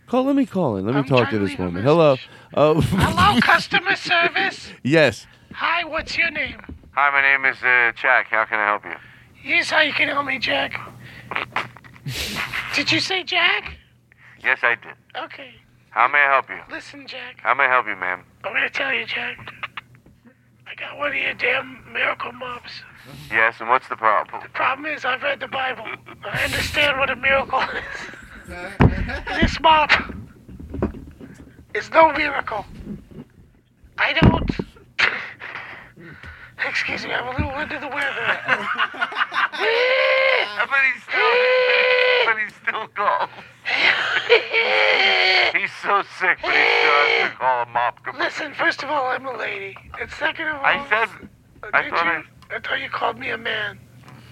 Speaker 3: Call. Let me call in. Let me talk to this woman. Hello. Oh [laughs]
Speaker 8: Hello, customer service.
Speaker 3: yes.
Speaker 8: Hi, what's your name?
Speaker 11: Hi, my name is uh, Jack. How can I help you?
Speaker 8: Here's how you can help me, Jack. Did you say Jack?
Speaker 11: Yes, I did.
Speaker 8: Okay.
Speaker 11: How may I help you?
Speaker 8: Listen, Jack.
Speaker 11: How may I help you, ma'am?
Speaker 8: I'm gonna tell you, Jack. I got one of your damn miracle mops.
Speaker 11: Yes, and what's the problem?
Speaker 8: Problem is, I've read the Bible. I understand what a miracle is. And this mop is no miracle. I don't. Excuse me, I'm a little under the weather. [laughs]
Speaker 11: but he's still, but he's still calls. he's so sick, but he still has to call a mop.
Speaker 8: Listen, first of all, I'm a lady. And second of all, uh,
Speaker 11: I said, uh, I
Speaker 8: did
Speaker 11: thought I,
Speaker 8: you, I thought you called me a man.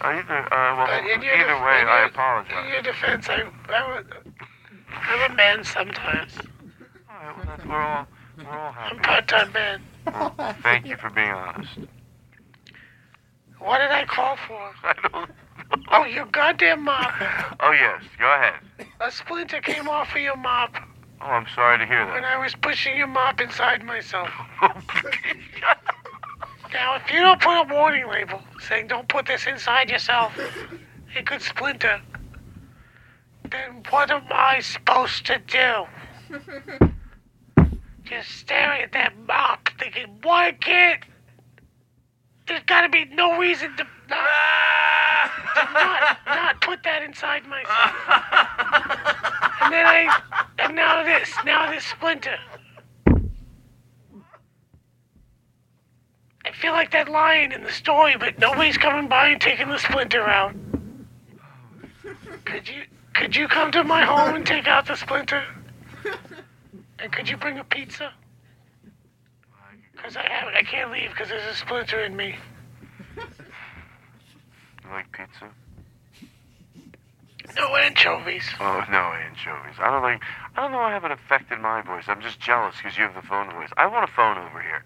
Speaker 11: either, uh, well,
Speaker 8: But in
Speaker 11: either
Speaker 8: your def-
Speaker 11: way,
Speaker 8: in
Speaker 11: I
Speaker 8: your-
Speaker 11: apologize.
Speaker 8: In your defense, I, I, am a man sometimes.
Speaker 11: Alright, well, that's- We're all, we're all
Speaker 8: I'm
Speaker 11: happy.
Speaker 8: part-time man.
Speaker 11: Well, thank you for being honest.
Speaker 12: What did I call for?
Speaker 11: [laughs]
Speaker 12: I don't Oh, your goddamn mop.
Speaker 8: Oh, yes. Go ahead.
Speaker 12: A splinter came off of your mop
Speaker 8: Oh, I'm sorry to hear
Speaker 12: when I
Speaker 8: that.
Speaker 12: was pushing your mop inside myself. now, if you don't put a warning label saying don't put this inside yourself, it could splinter, then what am I supposed to do? Just staring at that mop thinking, why can't. There's gotta be no reason to not, to not, not put that inside myself. And then I. And now this. Now this splinter. I feel like that lion in the story, but nobody's coming by and taking the splinter out. Could you could you come to my home and take out the splinter? And could you bring a pizza? Cause I have, I can't leave because there's a splinter in me.
Speaker 8: You like pizza?
Speaker 12: No anchovies.
Speaker 8: Oh, no, anchovies. I don't like. I don't know why I haven't affected my voice. I'm just jealous because you have the phone voice. I want a phone over here.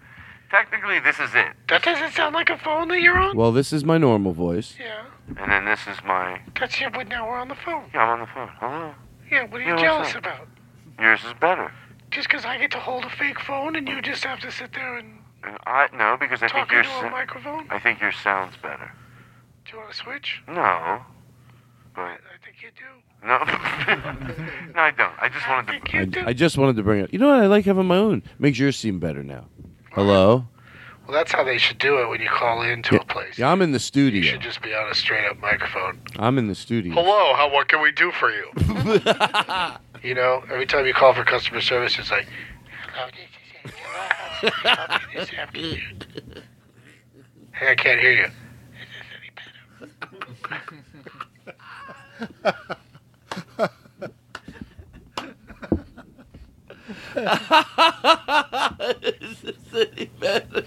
Speaker 8: Technically, this is it.
Speaker 12: That doesn't sound like a phone that you're on.
Speaker 3: Well, this is my normal voice.
Speaker 12: Yeah.
Speaker 8: And then this is my.
Speaker 12: That's your. But now we're on the phone.
Speaker 8: Yeah, I'm on the phone. Hello.
Speaker 12: Yeah. What are you
Speaker 8: Yeah, what's
Speaker 12: jealous
Speaker 8: up?
Speaker 12: about?
Speaker 8: Yours is better.
Speaker 12: Just 'cause I get to hold a fake phone and you just have to sit there and
Speaker 8: And I no, because I think
Speaker 12: talk
Speaker 8: your
Speaker 12: into a
Speaker 8: sou-
Speaker 12: microphone?
Speaker 8: I think your sounds better.
Speaker 12: Do you want to switch?
Speaker 8: No. But
Speaker 12: I think you do.
Speaker 8: Hmm? no. [laughs] no, I don't. I just wanted to.
Speaker 3: I, I just wanted to bring it. You know what? I like having my own. Makes yours seem better now. Hello.
Speaker 12: Well, that's how they should do it when you call into a place.
Speaker 3: Yeah, I'm in the
Speaker 12: You
Speaker 3: studio.
Speaker 12: should just be on a straight up microphone.
Speaker 3: I'm in the studio.
Speaker 12: Hello, how what can we do for you? you know, every time you call for customer service, it's like, hello, this is Angela. How can I help you this afternoon? Hey, I can't hear you. Is this any better?
Speaker 15: Is this any better?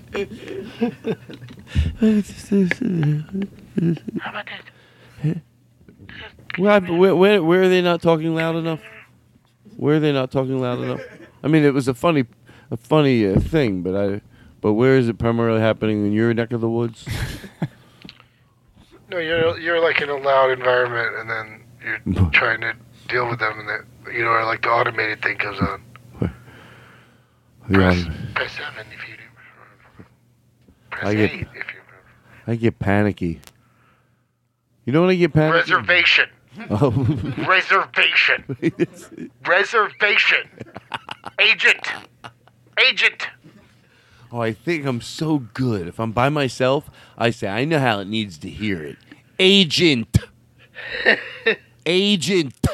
Speaker 3: Why- Where, where, where are they not talking loud enough? Where are they not talking loud enough? I mean, it was a funny, a funny uh, thing, but I, but where is it primarily happening in your neck of the woods?
Speaker 12: No, you're you're like in a loud environment, and then
Speaker 3: [laughs]
Speaker 12: you're trying to deal with them, and that you know, or like the automated thing
Speaker 3: [laughs]
Speaker 12: comes on.
Speaker 3: The audio-
Speaker 12: Press seven if you do. Press
Speaker 3: I get,
Speaker 12: eight if you.
Speaker 3: I get panicky. You know when I get panicky?
Speaker 12: Reservation.
Speaker 3: [laughs] Oh. [laughs]
Speaker 12: Reservation. Reservation. Agent. Agent.
Speaker 3: Oh, I think I'm so good. If I'm by myself, I say, I know how it needs to hear it. [laughs] Agent. agent.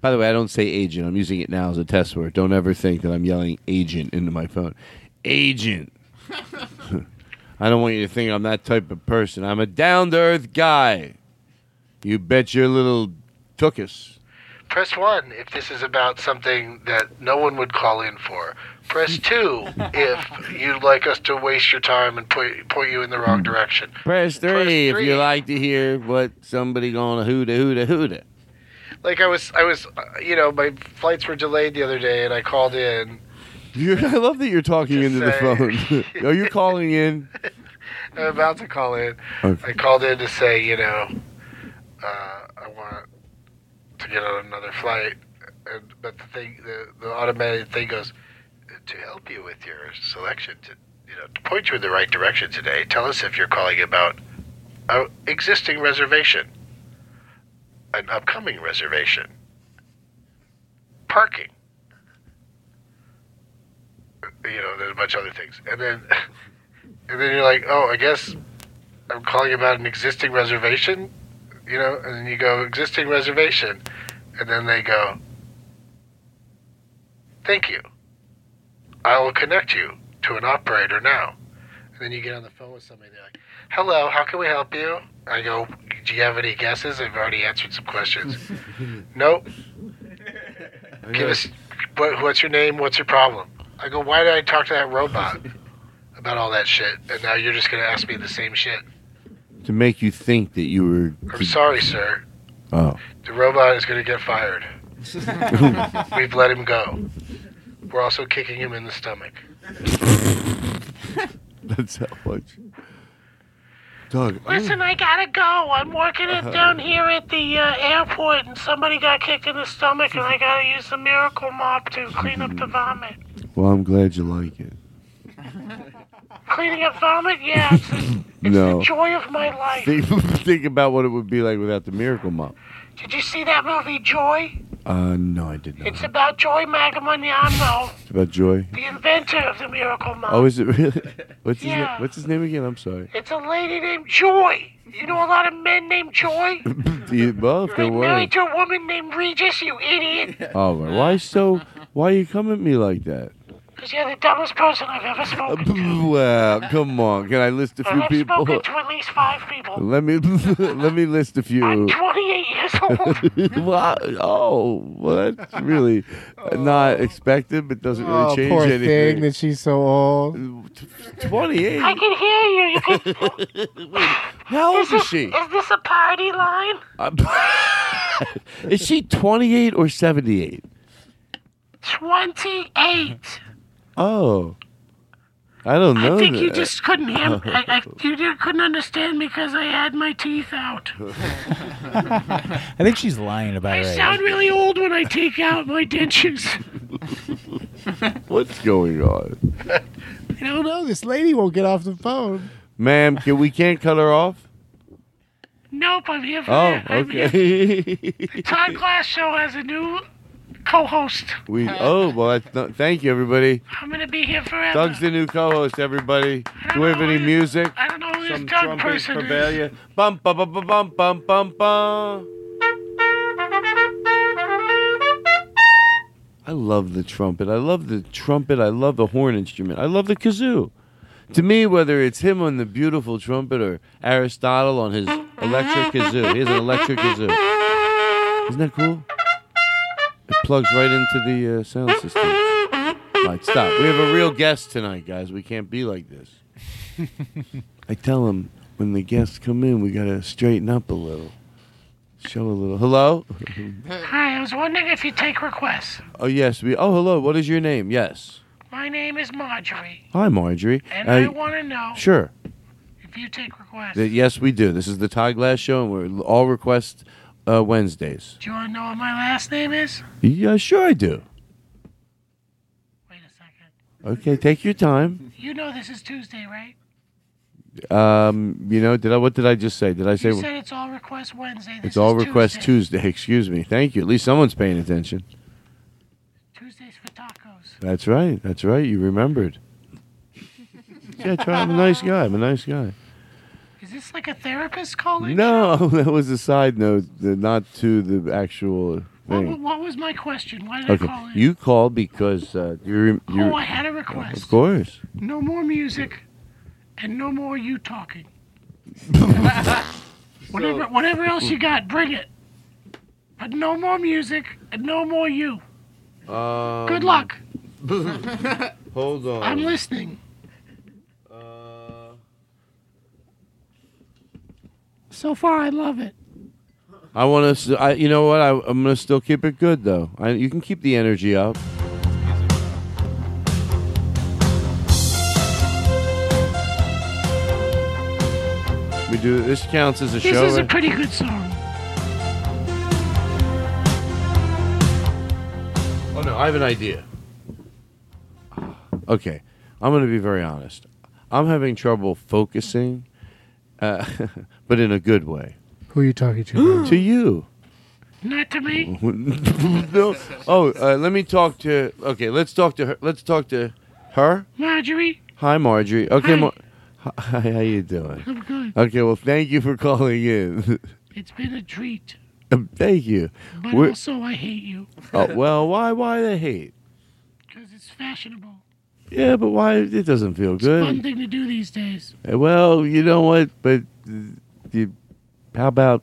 Speaker 3: By the way, I don't say agent. I'm using it now as a test word. Don't ever think that I'm yelling agent into my phone. Agent. [laughs] I don't want you to think I'm that type of person. I'm a down to earth guy. You bet your little tookus.
Speaker 12: Press one if this is about something that no one would call in for. Press two if you'd like us to waste your time and point point you in the wrong direction.
Speaker 3: Press three, if you like to hear what somebody gonna hoota hoota hoota.
Speaker 12: Like I was, I was, uh, you know, my flights were delayed the other day, and I called in.
Speaker 3: You're, I love that you're talking into the
Speaker 12: saying.
Speaker 3: phone. [laughs] Are you calling in?
Speaker 12: I'm about to call in.
Speaker 3: Okay.
Speaker 12: I called in to say, you know, uh, I want to get on another flight, and but the thing, the, the automated thing goes to help you with your selection to, you know, to point you in the right direction today. Tell us if you're calling about an existing reservation, an upcoming reservation, parking. You know, there's a bunch of other things, and then. And then you're like, oh, I guess I'm calling about an existing reservation, you know? And then you go, existing reservation. And then they go, thank you. I will connect you to an operator now. And then you get on the phone with somebody, they're like, hello, how can we help you? I go, do you have any guesses? I've already answered some questions. nope. Give us, what, what's your name? What's your problem? I go, why did I talk to that robot about all that shit? And now you're just going to ask me the same shit.
Speaker 3: To make you think that you were.
Speaker 12: I'm sorry, sir.
Speaker 3: Oh. [laughs]
Speaker 12: The robot is going to get fired. We've let him go. We're also kicking him in the stomach.
Speaker 3: That's how much. Doug.
Speaker 8: Listen, I gotta go. I'm working it down here at the uh, airport, and somebody got kicked in the stomach, and I gotta use the miracle mop to clean up the vomit.
Speaker 3: Well, I'm glad you like it. [laughs]
Speaker 8: Cleaning up vomit? Yeah, it's, the- it's
Speaker 3: no.
Speaker 8: the joy of my life.
Speaker 3: Think, think about what it would be like without the Miracle Mop.
Speaker 8: Did you see that movie Joy?
Speaker 3: Uh, no, I did not.
Speaker 8: It's about Joy Magamognano,
Speaker 3: It's about Joy.
Speaker 8: the inventor of the miracle mop.
Speaker 3: Oh, is it really? [laughs] What's his,
Speaker 8: Yeah.
Speaker 3: name? What's his name again? I'm sorry. [laughs]
Speaker 8: It's a lady named Joy. You know a lot of men
Speaker 3: [laughs]
Speaker 8: named Joy?
Speaker 3: Do you- well, if there were.
Speaker 8: Married to a woman named Regis, you
Speaker 3: [laughs]
Speaker 8: idiot.
Speaker 3: Oh, my- why so? Why you come at me like that? [laughs]
Speaker 8: Because you're the dumbest person I've ever spoken to.
Speaker 3: Wow, come on. Can I list a
Speaker 8: And
Speaker 3: few
Speaker 8: I've
Speaker 3: people?
Speaker 8: spoken to at least five people.
Speaker 3: [laughs] Let me [laughs] let me list a few.
Speaker 8: 28 years
Speaker 3: [laughs]
Speaker 8: old.
Speaker 3: Wow. Oh, what? Really not expected, but doesn't really
Speaker 9: Oh,
Speaker 3: change
Speaker 9: poor
Speaker 3: anything.
Speaker 9: thing that she's so old.
Speaker 3: 28.
Speaker 8: I can hear you. you can...
Speaker 3: How old
Speaker 8: this,
Speaker 3: is
Speaker 9: [laughs]
Speaker 3: she?
Speaker 8: Is this a party line?
Speaker 3: [laughs] is she 28 or 78?
Speaker 8: 28.
Speaker 3: Oh, I don't know.
Speaker 8: I think you
Speaker 3: that.
Speaker 8: just couldn't hear me.
Speaker 3: [laughs]
Speaker 8: I, I, you did- couldn't understand me because I had my
Speaker 3: [laughs]
Speaker 8: teeth out.
Speaker 10: I think she's lying about
Speaker 8: I
Speaker 10: her age.
Speaker 8: sound really old when I take out my dentures.
Speaker 3: What's going on,
Speaker 9: [laughs] I don't know. This lady won't get off the phone.
Speaker 3: ma'am? Can we can't cut her
Speaker 9: [laughs]
Speaker 3: off?
Speaker 8: Nope, I'm here for
Speaker 3: Oh,
Speaker 8: that. I'm here-
Speaker 3: okay. [laughs]
Speaker 8: The Todd Glass Show has a new co-host.
Speaker 3: we. Oh well, that's not, thank you, everybody.
Speaker 8: I'm gonna be here forever.
Speaker 3: Doug's the new co-host. Everybody, do we have any music?
Speaker 8: I don't know who this Doug person is.
Speaker 3: Pavelia. Bum bum bum bum bum bum bum bum. I love the trumpet. I love the trumpet. I love the horn instrument. I love the kazoo. To me, whether it's him on the beautiful trumpet or Aristotle on his electric kazoo, he has an electric kazoo. Isn't that cool? It plugs right into the uh, sound system. All right, stop. We have a real guest tonight, guys. We can't be like this. I tell him when the guests come in, we gotta straighten up a little, show a little. [laughs] Hello.
Speaker 8: Hi, I was wondering if you take requests.
Speaker 3: Oh yes, we. Oh hello. What is your name? Yes.
Speaker 8: My name is Marjorie,
Speaker 3: Hi, Marjorie.
Speaker 8: and
Speaker 3: Uh,
Speaker 8: I want to know
Speaker 3: Sure.
Speaker 8: if you take requests.
Speaker 3: Th- yes, we do. This is the Todd Glass Show, and we're all request uh, Wednesdays.
Speaker 8: Do you want to know what my last name is?
Speaker 3: Yeah, sure I do. Wait a second. Okay, take your time.
Speaker 8: You know this is Tuesday, right?
Speaker 3: Um, you know, did I? What did I just say? Did I say?
Speaker 8: You said it's all request Wednesday. This
Speaker 3: it's all
Speaker 8: is
Speaker 3: request
Speaker 8: Tuesday.
Speaker 3: Tuesday. [laughs] Excuse me. Thank you. At least someone's paying attention.
Speaker 8: Tuesdays for tacos.
Speaker 3: That's right. That's right. You
Speaker 8: [laughs]
Speaker 3: remembered. yeah, try. I'm a nice guy. I'm a nice guy.
Speaker 8: Is this like a therapist calling?
Speaker 3: No, [laughs] that was a side note, the- not to the actual
Speaker 8: What, wa-
Speaker 3: thing.
Speaker 8: what was my question? Why did I
Speaker 3: Okay,
Speaker 8: call in?
Speaker 3: you called because uh, you. Re- you
Speaker 8: oh, I had a request.
Speaker 3: Of course.
Speaker 8: No more music, and no more you
Speaker 3: [laughs]
Speaker 8: talking. whatever, whatever else you got, bring it. But no more music and no more you.
Speaker 3: Um,
Speaker 8: Good luck.
Speaker 3: Hold on.
Speaker 8: I'm listening. So far, I love it.
Speaker 3: I want to. I, you know what? I, I'm gonna still keep it good though. I, you can keep the energy up. We do. This counts as a
Speaker 8: this
Speaker 3: show.
Speaker 8: is a
Speaker 3: right?
Speaker 8: pretty good song.
Speaker 3: Oh no, I have an idea. [sighs] Okay, I'm going to be very honest. I'm having trouble focusing, uh, [laughs] but in a good way.
Speaker 9: Who are you talking to?
Speaker 3: to you.
Speaker 8: Not to me.
Speaker 3: [laughs] no. Oh, uh, let me talk to. Okay, let's talk to her. Let's talk to her.
Speaker 8: Marjorie,
Speaker 3: Hi, Marjorie. Okay,
Speaker 8: Hi.
Speaker 3: Mar- hi. How you doing?
Speaker 8: I'm good.
Speaker 3: Okay, well, thank you for calling in. [laughs]
Speaker 8: It's been a treat,
Speaker 3: Um, thank you.
Speaker 8: but
Speaker 3: We're-
Speaker 8: also I hate you
Speaker 3: oh, well, why? Why the hate?
Speaker 8: because it's fashionable.
Speaker 3: Yeah, but why? It doesn't feel
Speaker 8: It's a
Speaker 3: good.
Speaker 8: fun thing to do these days.
Speaker 3: Uh, Well, you know what? But uh, you, how about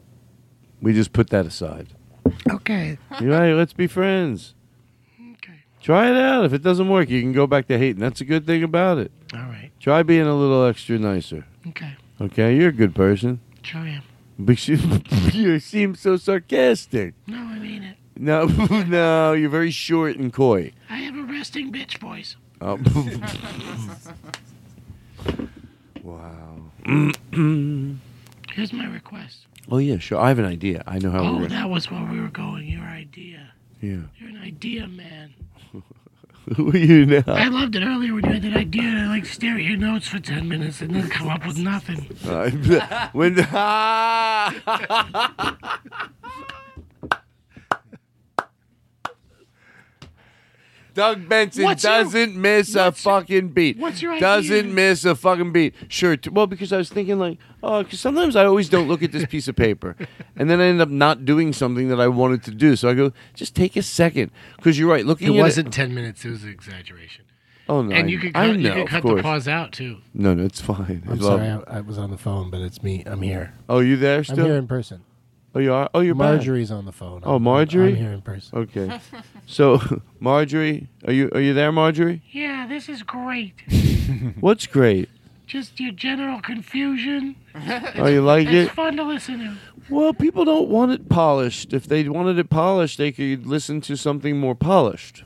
Speaker 3: we just put that aside?
Speaker 8: Okay.
Speaker 3: You're right. Let's be friends. Try it out. If it doesn't work, you can go back to hating. That's a good thing about it.
Speaker 8: All right.
Speaker 3: Try being a little extra nicer.
Speaker 8: Okay.
Speaker 3: Okay, you're a good person.
Speaker 8: Sure am.
Speaker 3: But you, [laughs] you seem so sarcastic.
Speaker 8: No, I mean it.
Speaker 3: No, [laughs] no, you're very short and coy. Uh,
Speaker 8: I have a resting bitch voice.
Speaker 3: Oh. wow.
Speaker 8: Here's my request.
Speaker 3: [laughs] oh yeah, sure. I have an idea. I know how.
Speaker 8: Oh,
Speaker 3: we're
Speaker 8: that was where we were going. Your idea.
Speaker 3: Yeah. [laughs]
Speaker 8: You're an idea man.
Speaker 3: Who are you now?
Speaker 8: I loved it earlier when you had that idea to like stare at your notes for ten minutes and then come up with nothing.
Speaker 3: Uh, [laughs] when [laughs] Doug Benson
Speaker 11: What's your-
Speaker 3: doesn't miss a fucking beat.
Speaker 11: what's your idea?
Speaker 3: Doesn't miss a fucking beat. Sure. T- well, because I was thinking like, oh, because sometimes I always don't look at this piece of
Speaker 12: [laughs]
Speaker 3: paper, and then I end up not doing something that I wanted to do. So I go, just take a second, because you're right. Looking,
Speaker 12: It
Speaker 3: at
Speaker 12: wasn't ten minutes. It was an exaggeration.
Speaker 3: Oh no!
Speaker 12: And
Speaker 3: I-
Speaker 12: you could
Speaker 3: I
Speaker 12: cut- you
Speaker 3: know,
Speaker 12: could
Speaker 3: of
Speaker 12: cut the
Speaker 3: course.
Speaker 12: pause out, too.
Speaker 3: No, no, it's fine. I
Speaker 12: I'm
Speaker 3: love
Speaker 12: sorry,
Speaker 3: it.
Speaker 12: I, I was on the phone, but it's me. I'm here.
Speaker 3: Oh, you there still?
Speaker 12: here in person.
Speaker 3: Oh, you are. Oh, you're back.
Speaker 12: Marjorie's on the phone. I'm-
Speaker 3: Oh,
Speaker 12: I'm-
Speaker 3: Marjorie.
Speaker 12: I'm here in person.
Speaker 8: [laughs]
Speaker 3: Okay. so, [laughs] Marjorie, are you are you there, Marjorie?
Speaker 8: Yeah, this
Speaker 14: [laughs]
Speaker 8: is great.
Speaker 3: What's great?
Speaker 8: Just your general confusion.
Speaker 3: [laughs] Oh, you like
Speaker 8: it's
Speaker 3: it?
Speaker 8: fun to listen to.
Speaker 3: Well, people don't want it polished. If they wanted it polished, they could listen to something more
Speaker 8: [laughs]
Speaker 3: polished.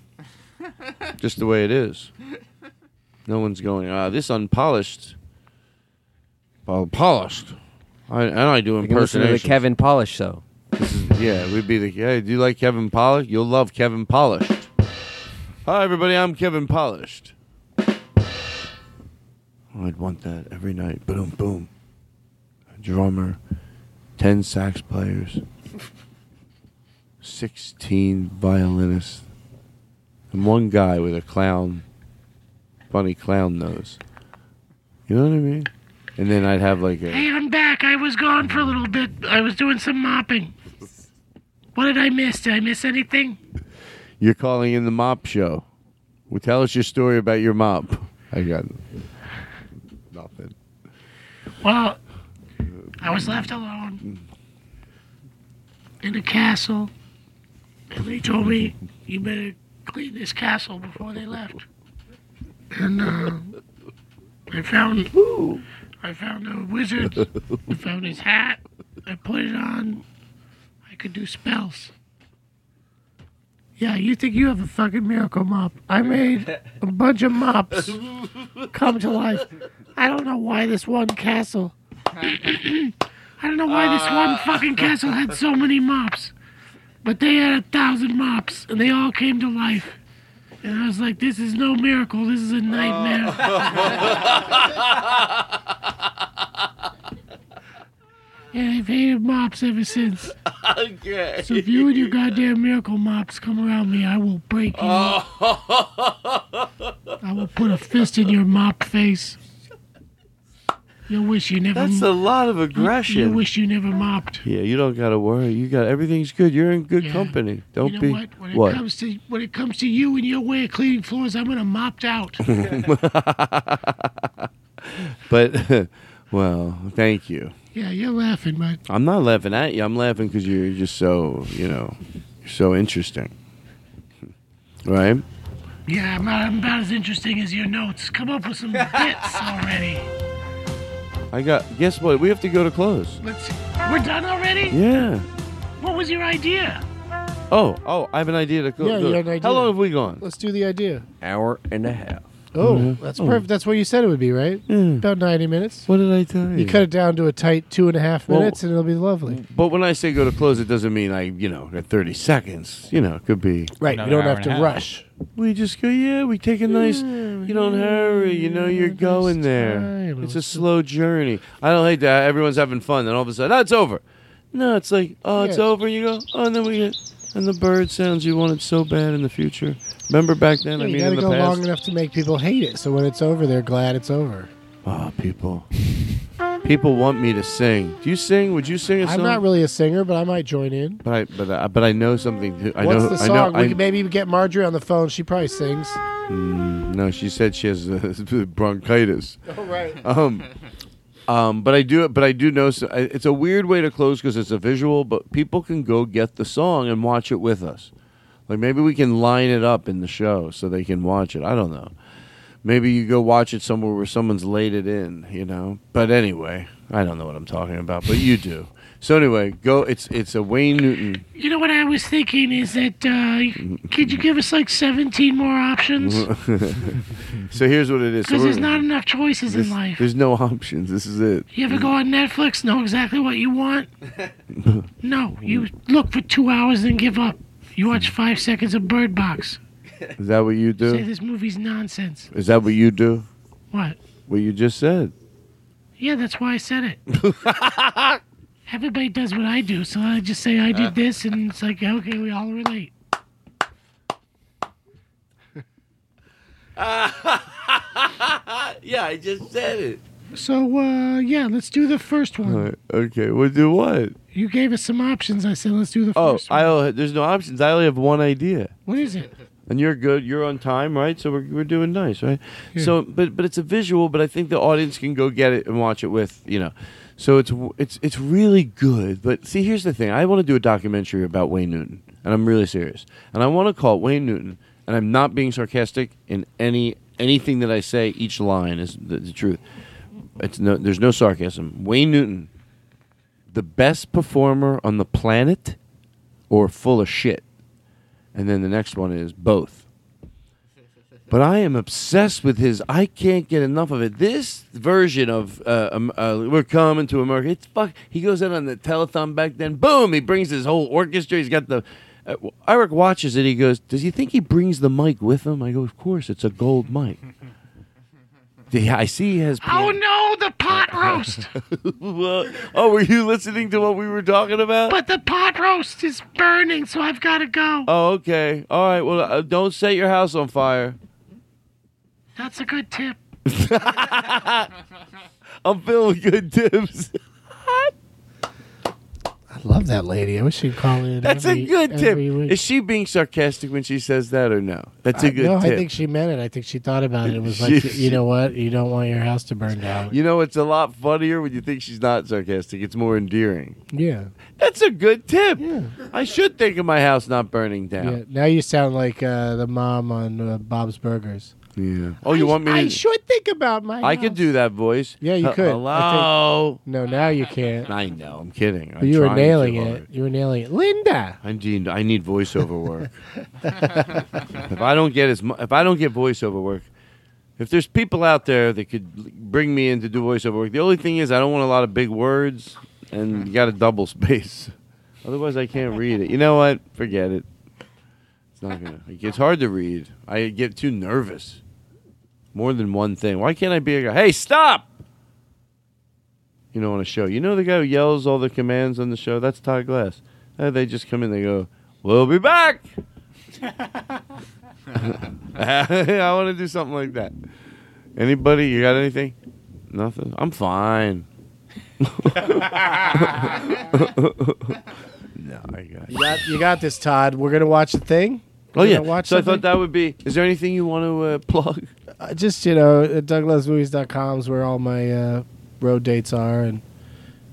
Speaker 3: Just the way it is. No one's going. Ah, this unpolished. Well, polished. I, and I do
Speaker 14: You can listen to the
Speaker 3: impersonations.
Speaker 14: Kevin Polish show.
Speaker 3: Yeah, we'd be the. Hey, do you like Kevin Polished? You'll love Kevin Polished. Hi, everybody. I'm Kevin Polished. I'd want that every night. Boom, boom. A drummer, 10 sax players, 16 violinists, and one guy with a clown, funny clown nose. You know what I mean? And then I'd have like a.
Speaker 8: Hey, I'm back. I was gone for a little bit. I was doing some mopping. What did I miss? Did I miss anything?
Speaker 3: You're calling in the mop show. Well, tell us your story about your mop. I got nothing.
Speaker 8: Well, I was left alone in a castle, and they told me you better clean this castle before they left. And uh, I found I found a wizard. I found his hat. I put it on. I could do spells. Yeah, you think you have a fucking miracle mop? I made a bunch of mops come to life. I don't know why this one castle. I don't know why this one fucking castle had so many mops, but they had a thousand mops and they all came to life. And I was like, this is no miracle. This is a nightmare. [laughs] and I've hated mops ever since.
Speaker 11: okay.
Speaker 8: So if you and your goddamn miracle mops come around me, I will break you. I will put a fist in your mop face. You'll wish you never.
Speaker 3: That's a lot of aggression.
Speaker 8: You'll wish you never mopped.
Speaker 3: Yeah, you don't gotta worry. You got everything's good. You're in good company. Don't
Speaker 8: you know
Speaker 3: be
Speaker 8: what? When it comes to when it comes to you and your way of cleaning floors, I'm gonna mopped out.
Speaker 3: but [laughs] well, thank you.
Speaker 8: yeah, you're laughing, but
Speaker 3: I'm not laughing at you. I'm laughing because you're just so you know, you're so interesting, right?
Speaker 8: yeah, I'm, not, I'm about as interesting as your notes. Come up with some bits already.
Speaker 3: I got. Guess what? We have to go to close.
Speaker 8: Let's. We're done already.
Speaker 3: Yeah.
Speaker 8: What was your idea?
Speaker 3: Oh, oh, I have an idea to go.
Speaker 9: Yeah,
Speaker 3: go.
Speaker 9: you have an idea.
Speaker 3: How long have we gone?
Speaker 9: Let's do the idea.
Speaker 14: Hour and a half.
Speaker 9: Oh,
Speaker 3: Mhm.
Speaker 9: that's
Speaker 3: Oh.
Speaker 9: perfect. That's what you said it would be, right? About 90 minutes.
Speaker 3: What did I tell you?
Speaker 9: You cut it down to a tight two and a half
Speaker 3: Well-
Speaker 9: minutes, and it'll be lovely.
Speaker 3: But when I say go to close, it doesn't mean I, you know, at 30 seconds. You know, it could be.
Speaker 9: Right, you don't have to rush.
Speaker 3: We just go, yeah, we take a nice, you don't hurry, you know, you're going there. It's a slow journey. I don't like that. Everyone's having fun, then all of a sudden, oh, it's over. No, it's like, oh, it's
Speaker 11: Yeah.
Speaker 3: over, and you go, oh, and then we get, and the bird sounds you want it so bad in the future. Remember back then, I
Speaker 9: you
Speaker 3: mean,
Speaker 9: gotta
Speaker 3: in the
Speaker 9: go
Speaker 3: past.
Speaker 9: long enough to make people hate it, so when it's over, they're glad it's over.
Speaker 3: Oh, people. People want me to sing. Do you sing? Would you sing a song?
Speaker 9: I'm not really a singer, but I might join in.
Speaker 3: But I, but I, but I know something. Too. I
Speaker 9: What's
Speaker 3: know.
Speaker 9: the
Speaker 3: I know.
Speaker 9: song?
Speaker 3: I-
Speaker 9: we could maybe get Marjorie on the phone. She probably sings.
Speaker 3: Mm, no, she said she has uh, [laughs] bronchitis.
Speaker 9: Oh, right.
Speaker 3: [laughs] Um, um, but I do. But I do know. So, I, it's a weird way to close because it's a visual. But people can go get the song and watch it with us. Like maybe we can line it up in the show so they can watch it. I don't know. Maybe you go watch it somewhere where someone's laid it in. You know. But anyway, I don't know what I'm talking about. But you do. So anyway, go. It's it's a Wayne Newton.
Speaker 8: You know what I was thinking is that uh, could you give us like 17 more
Speaker 3: [laughs]
Speaker 8: options?
Speaker 3: so here's what it is. So
Speaker 8: Because there's
Speaker 3: we're-
Speaker 8: not enough choices
Speaker 3: this-
Speaker 8: in life.
Speaker 3: There's no options. This is it.
Speaker 8: You ever go on Netflix, know exactly what
Speaker 3: [laughs]
Speaker 8: you want? No, you look for two hours and give up. You watch five seconds of Bird Box.
Speaker 3: Is that what you
Speaker 8: Say
Speaker 3: do?
Speaker 8: this movie's nonsense.
Speaker 3: Is that what you do?
Speaker 8: What?
Speaker 3: What you just said?
Speaker 8: Yeah, that's why
Speaker 3: [laughs]
Speaker 8: I said it. Everybody does what I do, so I just say I did
Speaker 3: Uh.
Speaker 8: this, and it's like, okay, we all relate.
Speaker 11: yeah, I just said it.
Speaker 8: So, uh, yeah, let's do the first one.
Speaker 3: All right, Uh, okay. Well, do what?
Speaker 8: You gave us some options. I said, let's do the
Speaker 3: Oh,
Speaker 8: first one.
Speaker 3: I only- there's no options. I only have one idea.
Speaker 8: What is it?
Speaker 3: And you're good. You're on time, right? So we're, we're doing nice, right? So, but but it's a visual. But I think the audience can go get it and watch it with you know. So it's it's it's really good. But see, here's the thing. I want to do a documentary about Wayne Newton, and I'm really serious. And I want to call it Wayne Newton. And I'm not being sarcastic in any anything that I say. Each line is the, the truth. It's no, there's no sarcasm. Wayne Newton, the best performer on the planet, or full of shit. And then the next one is both. But I am obsessed with his. I can't get enough of it. This version of uh, um, uh, "We're Coming to America," it's fuck. He goes out on the telethon back then. Boom! He brings his whole orchestra. He's got the. Uh, Eric watches it. He goes, "Does he think he brings the mic with him?" I go, "Of course, it's a gold mic." [laughs] yeah, I see he has.
Speaker 8: Oh, no, the pot roast.
Speaker 3: [laughs] well, oh, were you listening to what we were talking about?
Speaker 8: But the pot roast is burning, so I've got to go.
Speaker 3: Oh, okay. All right. Well, uh, don't set your house on fire.
Speaker 8: That's a good tip.
Speaker 3: [laughs] I'm feeling good
Speaker 9: [laughs]
Speaker 3: tips.
Speaker 9: I love that lady. I wish she'd call in.
Speaker 3: That's
Speaker 9: every,
Speaker 3: a good tip.
Speaker 9: every week.
Speaker 3: Is she being sarcastic when she says that or no? That's a
Speaker 9: I-
Speaker 3: good
Speaker 9: no,
Speaker 3: tip.
Speaker 9: I think she meant it. I think she thought about it. It was
Speaker 3: [laughs]
Speaker 9: like,
Speaker 3: She-
Speaker 9: you know what? You don't want your house to burn down.
Speaker 3: you know, it's a lot funnier when you think she's not sarcastic. It's more endearing.
Speaker 9: Yeah.
Speaker 3: That's a good tip. I should think of my house not burning down.
Speaker 9: Yeah. Now you sound like uh, the mom on uh, Bob's Burgers.
Speaker 3: Yeah. Oh, you
Speaker 9: I-
Speaker 3: want me?
Speaker 9: I
Speaker 3: to,
Speaker 9: should think about my.
Speaker 3: I could do that voice.
Speaker 9: Yeah, you
Speaker 3: H-
Speaker 9: could. I
Speaker 3: Hello.
Speaker 9: No, now you can't.
Speaker 3: I know. I'm kidding.
Speaker 9: But
Speaker 3: I'm
Speaker 9: you were
Speaker 3: trying too
Speaker 9: nailing it.
Speaker 3: hard.
Speaker 9: You were nailing it, Linda.
Speaker 3: I need I need voiceover work. if I don't get as mu- if I don't get voiceover work, if there's people out there that could l- bring me in to do voiceover work, the only thing is I don't want a lot of big words and you got a double space. Otherwise, I can't read it. You know what? Forget it. It's not gonna. It gets hard to read. I get too nervous. More than one thing. Why can't I be a guy? Hey, stop! You know, on a show. You know the guy who yells all the commands on the show? That's Todd Glass. Uh, they just come in. They go, "We'll be back." [laughs] I want to do something like that. Anybody? You got anything? Nothing. I'm fine. [laughs] no, I got.
Speaker 9: You got, you got this, Todd. We're gonna watch the thing.
Speaker 3: Oh
Speaker 9: We're
Speaker 3: yeah.
Speaker 9: gonna Watch
Speaker 3: so I
Speaker 9: something.
Speaker 3: thought that would be. Is there anything you want to uh, plug?
Speaker 9: Uh, just you know, at douglasmovies.com is where all my uh, road dates are, and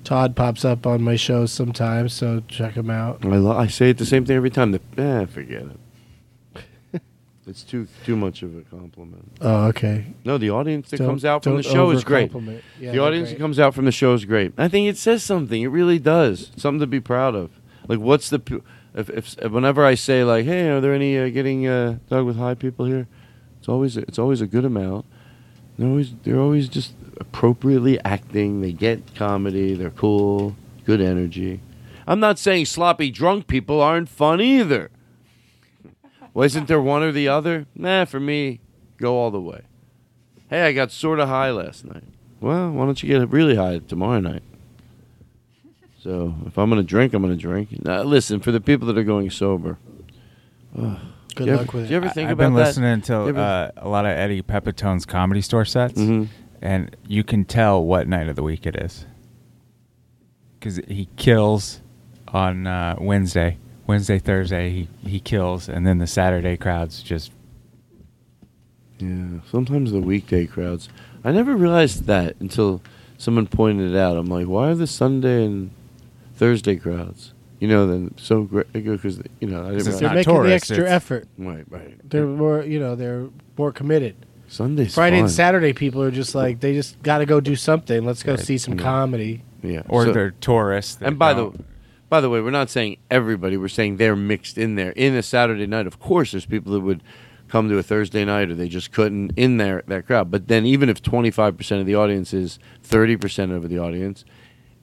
Speaker 9: Todd pops up on my shows sometimes, so check him out.
Speaker 3: I lo- I say it the same thing every time. The, eh, forget [laughs] it. it's too too much of a compliment.
Speaker 9: Oh, okay.
Speaker 3: No, the audience that
Speaker 9: Don't-
Speaker 3: comes out from the
Speaker 9: don't
Speaker 3: show is great.
Speaker 9: overcompliment.
Speaker 3: the
Speaker 9: Yeah, they're
Speaker 3: audience
Speaker 9: great.
Speaker 3: that comes out from the show is great. I think it says something. It really does. Something to be proud of. Like, what's the p- if, if whenever I say like, hey, are there any uh, getting uh, dog with high people here? It's always it's always a good amount. They're always they're always just appropriately acting. They get comedy. They're cool. Good energy. I'm not saying sloppy drunk people aren't fun either. [laughs] Wasn't there one or the other? Nah, for me, go all the way. Hey, I got sort of high last night. Well, why don't you get really high tomorrow night? So if I'm gonna drink, I'm gonna drink. Now, listen for the people that are going sober. Ugh.
Speaker 9: Good
Speaker 3: You ever-
Speaker 9: luck with it.
Speaker 3: Do you ever think
Speaker 10: I've
Speaker 3: about
Speaker 10: been
Speaker 3: that?
Speaker 10: listening to
Speaker 3: You ever- Mm-hmm.
Speaker 10: uh, a lot of Eddie Pepitone's comedy store sets, and you can tell what night of the week it is because he kills on uh, Wednesday, Wednesday, Thursday. He he kills, and then the Saturday crowds just
Speaker 3: Yeah, sometimes the weekday crowds. I never realized that until someone pointed it out. I'm like, why are the Sunday and Thursday crowds? You know, then so great because you know I didn't. realize-
Speaker 10: Because it's
Speaker 9: They're
Speaker 10: not
Speaker 9: making the
Speaker 10: tourists,
Speaker 9: extra
Speaker 10: it's-
Speaker 9: effort.
Speaker 3: Right, right.
Speaker 9: They're more, you know, they're more committed.
Speaker 3: Sunday's
Speaker 9: Friday
Speaker 3: fun.
Speaker 9: and Saturday people are just like they just got to go do something. Let's go see some comedy.
Speaker 3: Yeah.
Speaker 10: Or
Speaker 3: so-
Speaker 10: they're tourists. that
Speaker 3: And by
Speaker 10: don't-
Speaker 3: the by the way, we're not saying everybody. We're saying they're mixed in there. In a Saturday night, of course, there's people that would come to a Thursday night or they just couldn't in there that crowd. But then even if 25% of the audience is 30% of the audience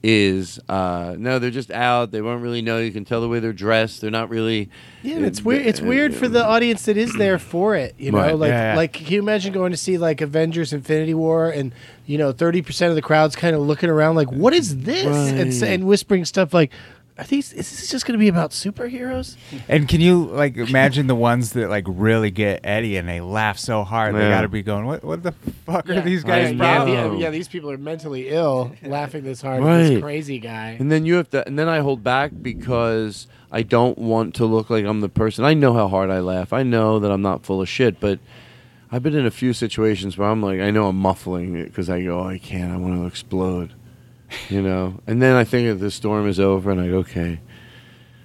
Speaker 3: is uh, no, they're just out. They won't really know. You can tell the way they're dressed. They're not really Uh,
Speaker 9: Yeah, and it's weird. It's weird for the audience that is there for it. You know,
Speaker 3: Right.
Speaker 9: like
Speaker 3: Yeah, yeah.
Speaker 9: like can you imagine going to see like Avengers: Infinity War and you know thirty percent of the crowd's kind of looking around like, "What is this?" And, s-
Speaker 10: Right.
Speaker 9: and whispering stuff like, "Are these? Is this just going to be about superheroes?"
Speaker 10: And can you like imagine the ones that like really get Eddie and they laugh so hard they
Speaker 3: Yeah.
Speaker 10: got to be going, what what the fuck are these
Speaker 9: yeah,
Speaker 10: guys?
Speaker 9: yeah,
Speaker 10: problems?
Speaker 9: yeah, yeah, these people are mentally ill, laughing this hard at this
Speaker 3: Right.
Speaker 9: crazy guy.
Speaker 3: And then you have to, and then I hold back because I don't want to look like I'm the person. I know how hard I laugh. I know that I'm not full of shit, but I've been in a few situations where I'm like, I know I'm muffling it because I go, oh, I can't. I want to
Speaker 9: [laughs]
Speaker 3: explode, you know. And then I think that the storm is over, and I go, okay.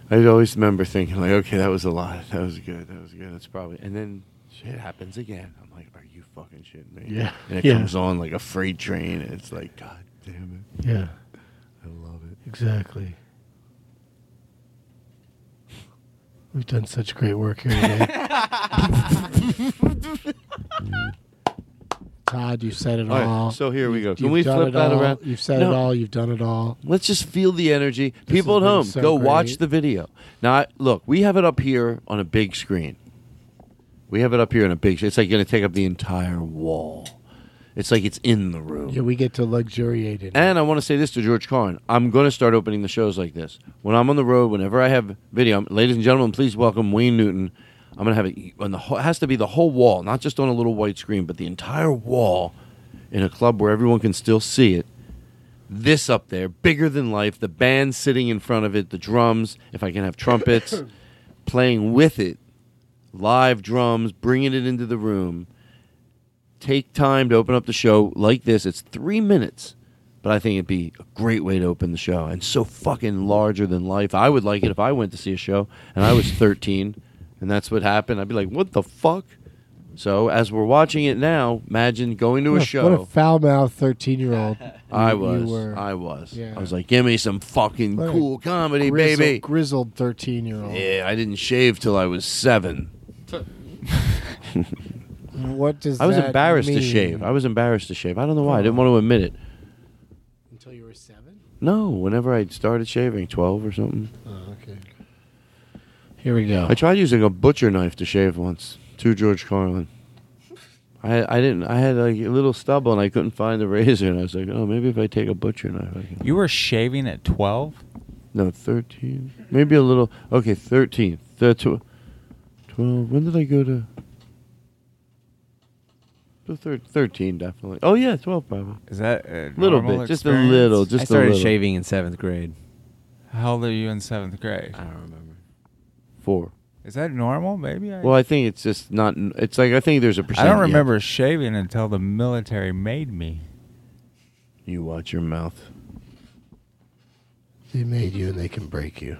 Speaker 3: I always remember thinking like, okay, that was a lot. That was good. That was good. That's probably. And then shit happens again. I'm like, are you fucking shitting me?
Speaker 9: Yeah.
Speaker 3: And it
Speaker 9: Yeah.
Speaker 3: comes on like a freight train, and it's like, God damn it.
Speaker 9: Yeah.
Speaker 3: I love it.
Speaker 9: Exactly. We've done such great work here today. [laughs] Todd, you said it
Speaker 3: All
Speaker 9: all.
Speaker 3: right, so here we go.
Speaker 9: You've
Speaker 3: Can we
Speaker 9: done
Speaker 3: flip
Speaker 9: it
Speaker 3: that
Speaker 9: all.
Speaker 3: around?
Speaker 9: You've said
Speaker 3: No.
Speaker 9: it all. You've done it all.
Speaker 3: Let's just feel the energy.
Speaker 9: This
Speaker 3: People at
Speaker 9: has
Speaker 3: home,
Speaker 9: been so
Speaker 3: go watch
Speaker 9: great.
Speaker 3: the video. Now, I- look, we have it up here on a big screen. We have it up here on a big. It's like going to take up the entire wall. It's like it's in the room.
Speaker 9: Yeah, we get to luxuriate in.
Speaker 3: And I want to say this to George Carlin. I'm going to start opening the shows like this. When I'm on the road, whenever I have video, I'm- ladies and gentlemen, please welcome Wayne Newton. I'm going to have it on the whole, it has to be the whole wall, not just on a little white screen, but the entire wall in a club where everyone can still see it. This up there, bigger than life, the band sitting in front of it, the drums, if I can have trumpets, [coughs] playing with it, live drums, bringing it into the room take time to open up the show like this. It's three minutes, but I think it'd be a great way to open the show. And so fucking larger than life. I would like it if I went to see a show and I was 13 and that's what happened. I'd be like, what the fuck? So as we're watching it now, imagine going to
Speaker 9: What
Speaker 3: a
Speaker 9: a- What a
Speaker 3: show.
Speaker 9: foul mouthed thirteen year
Speaker 3: [laughs]
Speaker 9: old.
Speaker 3: I was. I was.
Speaker 9: Yeah.
Speaker 3: I was like, give me some fucking
Speaker 9: What a
Speaker 3: cool comedy,
Speaker 9: grizzled,
Speaker 3: baby.
Speaker 9: Grizzled thirteen year old.
Speaker 3: Yeah, I didn't shave till I was seven.
Speaker 9: What does
Speaker 3: I was
Speaker 9: that
Speaker 3: embarrassed
Speaker 9: mean?
Speaker 3: to shave. I was embarrassed to shave. I don't know why. I didn't want to admit it.
Speaker 9: Until you were seven.
Speaker 3: No, whenever I started shaving, 12 or something.
Speaker 9: Oh, okay. Here we go.
Speaker 3: I tried using a butcher knife to shave once to George Carlin. I I didn't. I had like a little stubble and I couldn't find the [laughs] razor and I was like, oh, maybe if I take a butcher knife, I can.
Speaker 10: You were shaving at twelve.
Speaker 3: No, thirteen. Maybe a little. Okay, thirteen. The tw- Twelve. When did I go to? to thir- Thirteen, definitely. Oh yeah, twelve probably.
Speaker 10: Is that a
Speaker 3: little
Speaker 10: normal
Speaker 3: bit? Just a
Speaker 10: experience?
Speaker 3: little. Just
Speaker 14: I started
Speaker 3: a little.
Speaker 14: shaving in seventh grade.
Speaker 10: How old are you in seventh grade? I don't remember.
Speaker 3: Four.
Speaker 10: Is that normal? Maybe. I,
Speaker 3: Well, I think it's just not. It's like I think there's a
Speaker 10: I
Speaker 3: percent.
Speaker 10: don't
Speaker 3: yeah.
Speaker 10: remember shaving until the military made me.
Speaker 3: You watch your mouth.
Speaker 9: They made you and they can break you.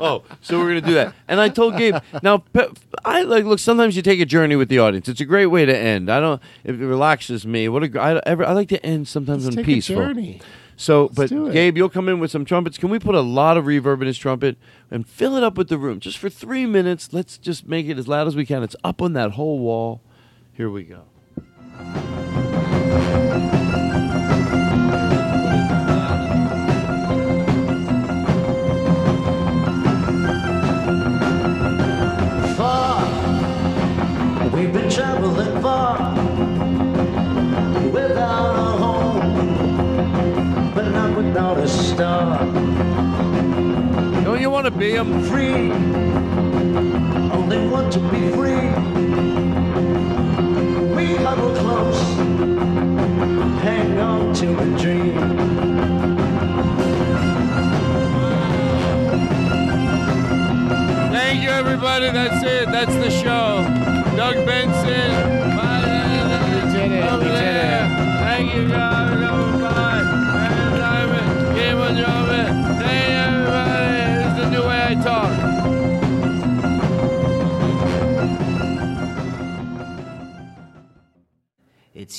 Speaker 3: oh, so we're gonna do that. And I told Gabe, now pe- I like look. Sometimes you take a journey with the audience. It's a great way to end. I don't. It relaxes me. What a gr- I, ever, I like to end sometimes
Speaker 9: Let's
Speaker 3: on
Speaker 9: take a
Speaker 3: peaceful.
Speaker 9: journey.
Speaker 3: So,
Speaker 9: do
Speaker 3: but
Speaker 9: it.
Speaker 3: Gabe, you'll come in with some trumpets. Can we put a lot of reverb in his trumpet and fill it up with the room just for three minutes? Let's just make it as loud as we can. It's up on that whole wall. Here we go.
Speaker 16: far. We've been traveling far without a home, but not without a star.
Speaker 3: Don't you want to be a
Speaker 16: free? Only want to be free. We huddle close, hang on to a dream.
Speaker 3: Thank you, everybody. That's it. That's the show. Doug Benson. We did it. We did it. Thank you, guys. Bye. Matt Diamond. Gabe O'Donnell. Thank you, everybody. This is the new way I talk.
Speaker 16: It's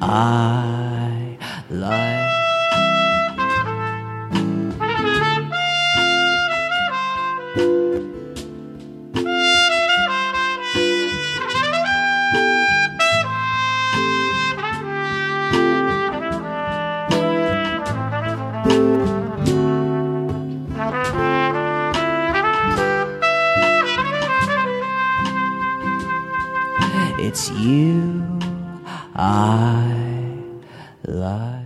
Speaker 17: I like. It's you I like.